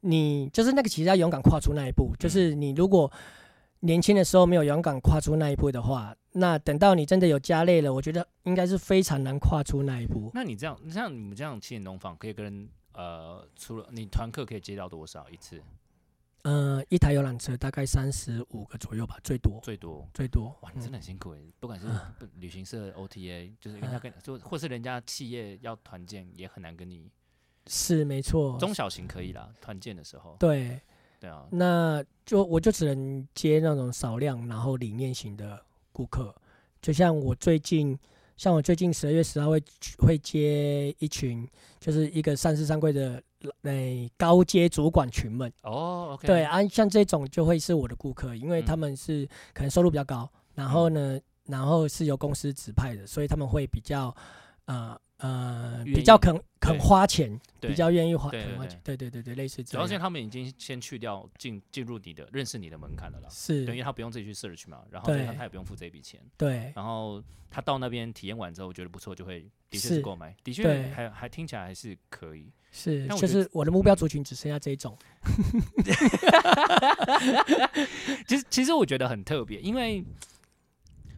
[SPEAKER 3] 你就是那个其实要勇敢跨出那一步，就是你如果年轻的时候没有勇敢跨出那一步的话，那等到你真的有家累了，我觉得应该是非常难跨出那一步。
[SPEAKER 1] 那你这样，像你们这样七点农坊可以跟呃，除了你团课可以接到多少一次？
[SPEAKER 3] 呃，一台游览车大概三十五个左右吧，最多
[SPEAKER 1] 最多
[SPEAKER 3] 最多。
[SPEAKER 1] 哇，你真的很辛苦哎、不管是
[SPEAKER 3] 嗯
[SPEAKER 1] 不旅行社 OTA，就是人家跟就或是人家企业要团建也很难跟你。
[SPEAKER 3] 是没错。
[SPEAKER 1] 中小型可以啦，团建的时候。
[SPEAKER 3] 嗯对，
[SPEAKER 1] 对啊，
[SPEAKER 3] 那就我就只能接那种少量然后理念型的顾客，就像我最近，像我最近十二月十号会去会接一群，就是一个三十三柜的诶、高阶主管群们，
[SPEAKER 1] 哦，OK，嗯
[SPEAKER 3] 对，啊，像这种就会是我的顾客，因为他们是可能收入比较高，然后呢，然后是由公司指派的，所以他们会比较呃呃
[SPEAKER 1] 愿
[SPEAKER 3] 比较
[SPEAKER 1] 意
[SPEAKER 3] 肯
[SPEAKER 1] 对
[SPEAKER 3] 肯花钱，
[SPEAKER 1] 对
[SPEAKER 3] 比较愿意花
[SPEAKER 1] 对
[SPEAKER 3] 肯
[SPEAKER 1] 对
[SPEAKER 3] 花
[SPEAKER 1] 对
[SPEAKER 3] 钱，对对对对，类啊似
[SPEAKER 1] 主
[SPEAKER 3] 这
[SPEAKER 1] 要是因为
[SPEAKER 3] 样，
[SPEAKER 1] 他们已经先去掉进进入你的认识你的门槛了啦，
[SPEAKER 3] 是
[SPEAKER 1] 对，因为他不用自己去 search 嘛，然后
[SPEAKER 3] 对
[SPEAKER 1] 他他也不用付这笔钱，
[SPEAKER 3] 对。
[SPEAKER 1] 然后他到那边体验完之后觉得不错，就会的确
[SPEAKER 3] 是
[SPEAKER 1] 是购买，的确
[SPEAKER 3] 对
[SPEAKER 1] 还还听起来还是可以。
[SPEAKER 3] 是，
[SPEAKER 1] 但我
[SPEAKER 3] 就
[SPEAKER 1] 觉得
[SPEAKER 3] 是我的目标族群只剩下这一种。
[SPEAKER 1] 其实其实我觉得很特别，因为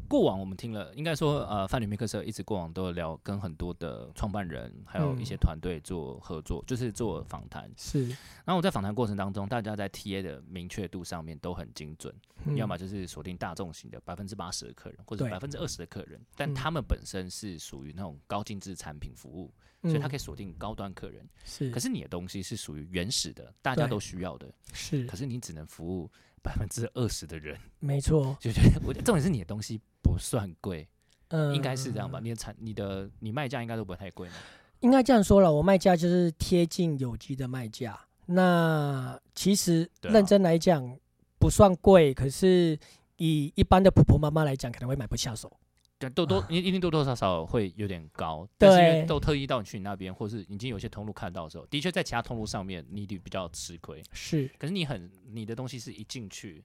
[SPEAKER 1] 过往我们听了，应该说呃，范里密克社一直过往都有聊跟很多的创办人还有一些
[SPEAKER 3] 嗯
[SPEAKER 1] 团队做合作，就是做访谈。
[SPEAKER 3] 是，
[SPEAKER 1] 然后我在访谈过程当中，大家在 TA 的明确度上面都很精准，
[SPEAKER 3] 嗯
[SPEAKER 1] 要么就是锁定大众型的百分之八十的客人，或者
[SPEAKER 3] 对
[SPEAKER 1] 百分之二十的客人，但
[SPEAKER 3] 嗯
[SPEAKER 1] 他们本身是属于那种高净值产品服务，所以他可以锁定高端客人。
[SPEAKER 3] 嗯是，
[SPEAKER 1] 可是你的东西是属于原始的，大家
[SPEAKER 3] 对
[SPEAKER 1] 都需要的，
[SPEAKER 3] 是
[SPEAKER 1] 可是你只能服务百分之二十的人，
[SPEAKER 3] 没错，
[SPEAKER 1] 就觉得 我重点是你的东西不算贵，
[SPEAKER 3] 嗯，
[SPEAKER 1] 应该是这样吧？你的产、你的你卖价应该都不太贵嘛。
[SPEAKER 3] 应该这样说了，我卖价就是贴近有机的卖价。那其实
[SPEAKER 1] 对啊
[SPEAKER 3] 认真来讲不算贵，可是以一般的婆婆妈妈来讲，可能会买不下手。
[SPEAKER 1] 对，多多一一定多多少少会有点高，但是因为
[SPEAKER 3] 啊对
[SPEAKER 1] 都特意到你去你那边，或是已经有些通路看到的时候，的确在其他通路上面你比较吃亏。
[SPEAKER 3] 是，
[SPEAKER 1] 可是你很你的东西是一进去，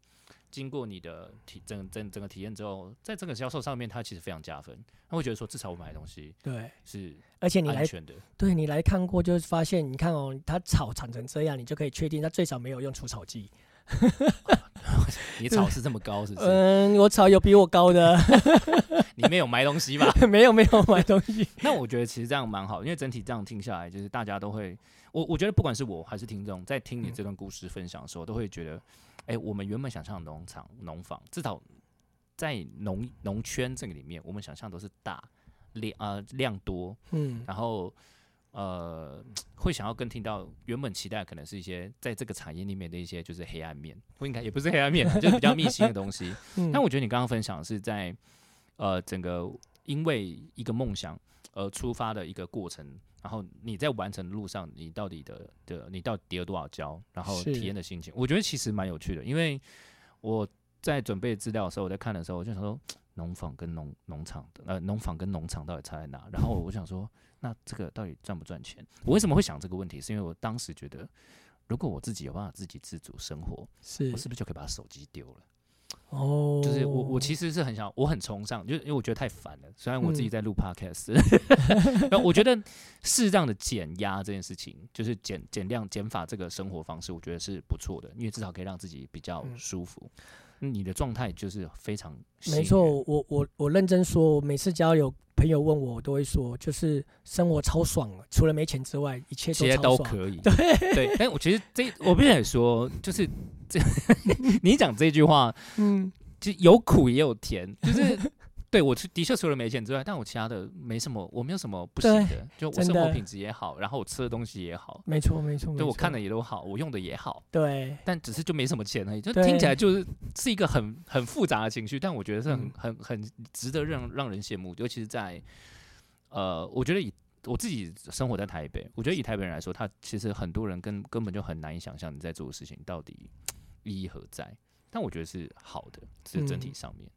[SPEAKER 1] 经过你的体整整整个体验之后，在这个销售上面它其实非常加分，他会觉得说至少我买的东西
[SPEAKER 3] 对。
[SPEAKER 1] 是
[SPEAKER 3] 而且你
[SPEAKER 1] 安
[SPEAKER 3] 来，
[SPEAKER 1] 全的。
[SPEAKER 3] 对你来看过，就是发现，你看哦，它草产成这样，你就可以确定它最少没有用除草剂。
[SPEAKER 1] 你的草是这么高 是不是？
[SPEAKER 3] 嗯，我草有比我高 的，
[SPEAKER 1] 你没有埋东西吧？
[SPEAKER 3] 没有没有买东西。
[SPEAKER 1] 那我觉得其实这样蛮好，因为整体这样听下来，就是大家都会，我我觉得不管是我还是听众，在听你这段故事分享的时候，都会觉得，哎、我们原本想象的农场、农房，至少在农农圈这个里面，我们想象都是大量呃量多，
[SPEAKER 3] 嗯，
[SPEAKER 1] 然后呃会想要更听到原本期待可能是一些在这个产业里面的一些就是黑暗面， 不应该也不是黑暗面 啊，就是比较密心的东西。
[SPEAKER 3] 嗯
[SPEAKER 1] 但我觉得你刚刚分享的是在呃整个因为一个梦想而出发的一个过程，然后你在完成的路上，你到底的的你到底跌了多少跤，然后
[SPEAKER 3] 是
[SPEAKER 1] 体验的心情，我觉得其实蛮有趣的。因为我在准备资料的时候，我在看的时候，我就想说，农坊跟农农场的呃农坊跟农场到底差在哪？然后我想说，那这个到底赚不赚钱？我为什么会想这个问题？是因为我当时觉得。如果我自己有办法自给自足生活，
[SPEAKER 3] 是
[SPEAKER 1] 我是不是就可以把手机丢了？
[SPEAKER 3] 哦，
[SPEAKER 1] 就是我我其实是很想，我很崇尚，就是因为我觉得太烦了。虽然我自己
[SPEAKER 3] 嗯
[SPEAKER 1] 在录 podcast，、那我觉得适当的减压这件事情，就是减减量减法这个生活方式，我觉得是不错的，因为至少可以让自己比较
[SPEAKER 3] 嗯
[SPEAKER 1] 舒服。嗯你的状态就是非常吸
[SPEAKER 3] 没
[SPEAKER 1] 引
[SPEAKER 3] 错，
[SPEAKER 1] 人，
[SPEAKER 3] 我我我认真说，我每次只要有朋友问我，我都会说，就是生活超爽了，除了没钱之外，一切
[SPEAKER 1] 其实
[SPEAKER 3] 超
[SPEAKER 1] 都
[SPEAKER 3] 爽。
[SPEAKER 1] 可以。对对，但我其实这我必须得说，就是这 你讲这句话，
[SPEAKER 3] 嗯，
[SPEAKER 1] 就有苦也有甜，就是对我除的确除了没钱之外，但我其他的没什么，我没有什么不行的， 就我
[SPEAKER 3] 真
[SPEAKER 1] 生活
[SPEAKER 3] 的
[SPEAKER 1] 品质也好，然后我吃的东西也好，
[SPEAKER 3] 没错没错，没
[SPEAKER 1] 对我
[SPEAKER 3] 错
[SPEAKER 1] 看的也都好，我用的也好，
[SPEAKER 3] 对
[SPEAKER 1] 但只是就没什么钱而已，就
[SPEAKER 3] 对
[SPEAKER 1] 听起来就是是一个很很复杂的情绪，但我觉得是很、
[SPEAKER 3] 嗯
[SPEAKER 1] 很很值得让让人羡慕，尤其是在呃，我觉得以。我自己生活在台北，我觉得以台北人来说，他其实很多人根根本就很难以想象你在做的事情到底意义何在。但我觉得是好的，是整体
[SPEAKER 3] 嗯
[SPEAKER 1] 上面。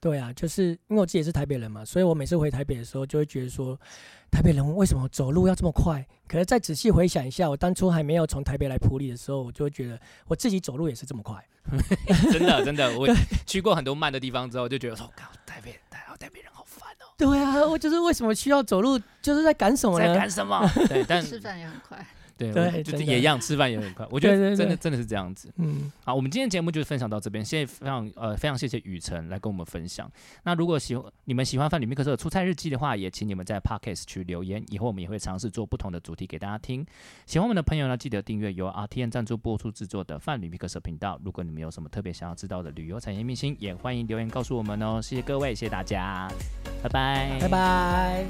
[SPEAKER 3] 对啊，就是因为我自己也是台北人嘛，所以我每次回台北的时候，就会觉得说，台北人为什么走路要这么快？可是再仔细回想一下，我当初还没有从台北来普里的时候，我就会觉得我自己走路也是这么快。
[SPEAKER 1] 哦真的真的，我去过很多慢的地方之后，就觉得说，靠，台北台带别人好烦哦，
[SPEAKER 3] 对啊，我就是为什么需要走路，就是在赶什么
[SPEAKER 1] 在
[SPEAKER 3] 呢？
[SPEAKER 1] 干什么？对，但
[SPEAKER 2] 吃饭也很快。
[SPEAKER 1] 对
[SPEAKER 3] 对
[SPEAKER 1] 我就
[SPEAKER 3] 真
[SPEAKER 1] 是
[SPEAKER 3] 的
[SPEAKER 1] 也一样，吃饭也很快。我觉
[SPEAKER 3] 对
[SPEAKER 1] 得
[SPEAKER 3] 对
[SPEAKER 1] 真的
[SPEAKER 3] 对
[SPEAKER 1] 真的是这样子。
[SPEAKER 3] 嗯，
[SPEAKER 1] 好，我们今天的节目就分享到这边，谢谢非常呃非常谢谢雨辰来跟我们分享。那如果喜欢你们喜欢范吕密克斯的出差日记的话，也请你们在 podcast 区留言，以后我们也会尝试做不同的主题给大家听。喜欢我们的朋友呢，记得订阅由 RTN 赞助播出制作的范吕密克斯频道。如果你们有什么特别想要知道的旅游产业秘辛，也欢迎留言告诉我们哦。谢谢各位，谢谢大家，拜拜，
[SPEAKER 3] 拜拜。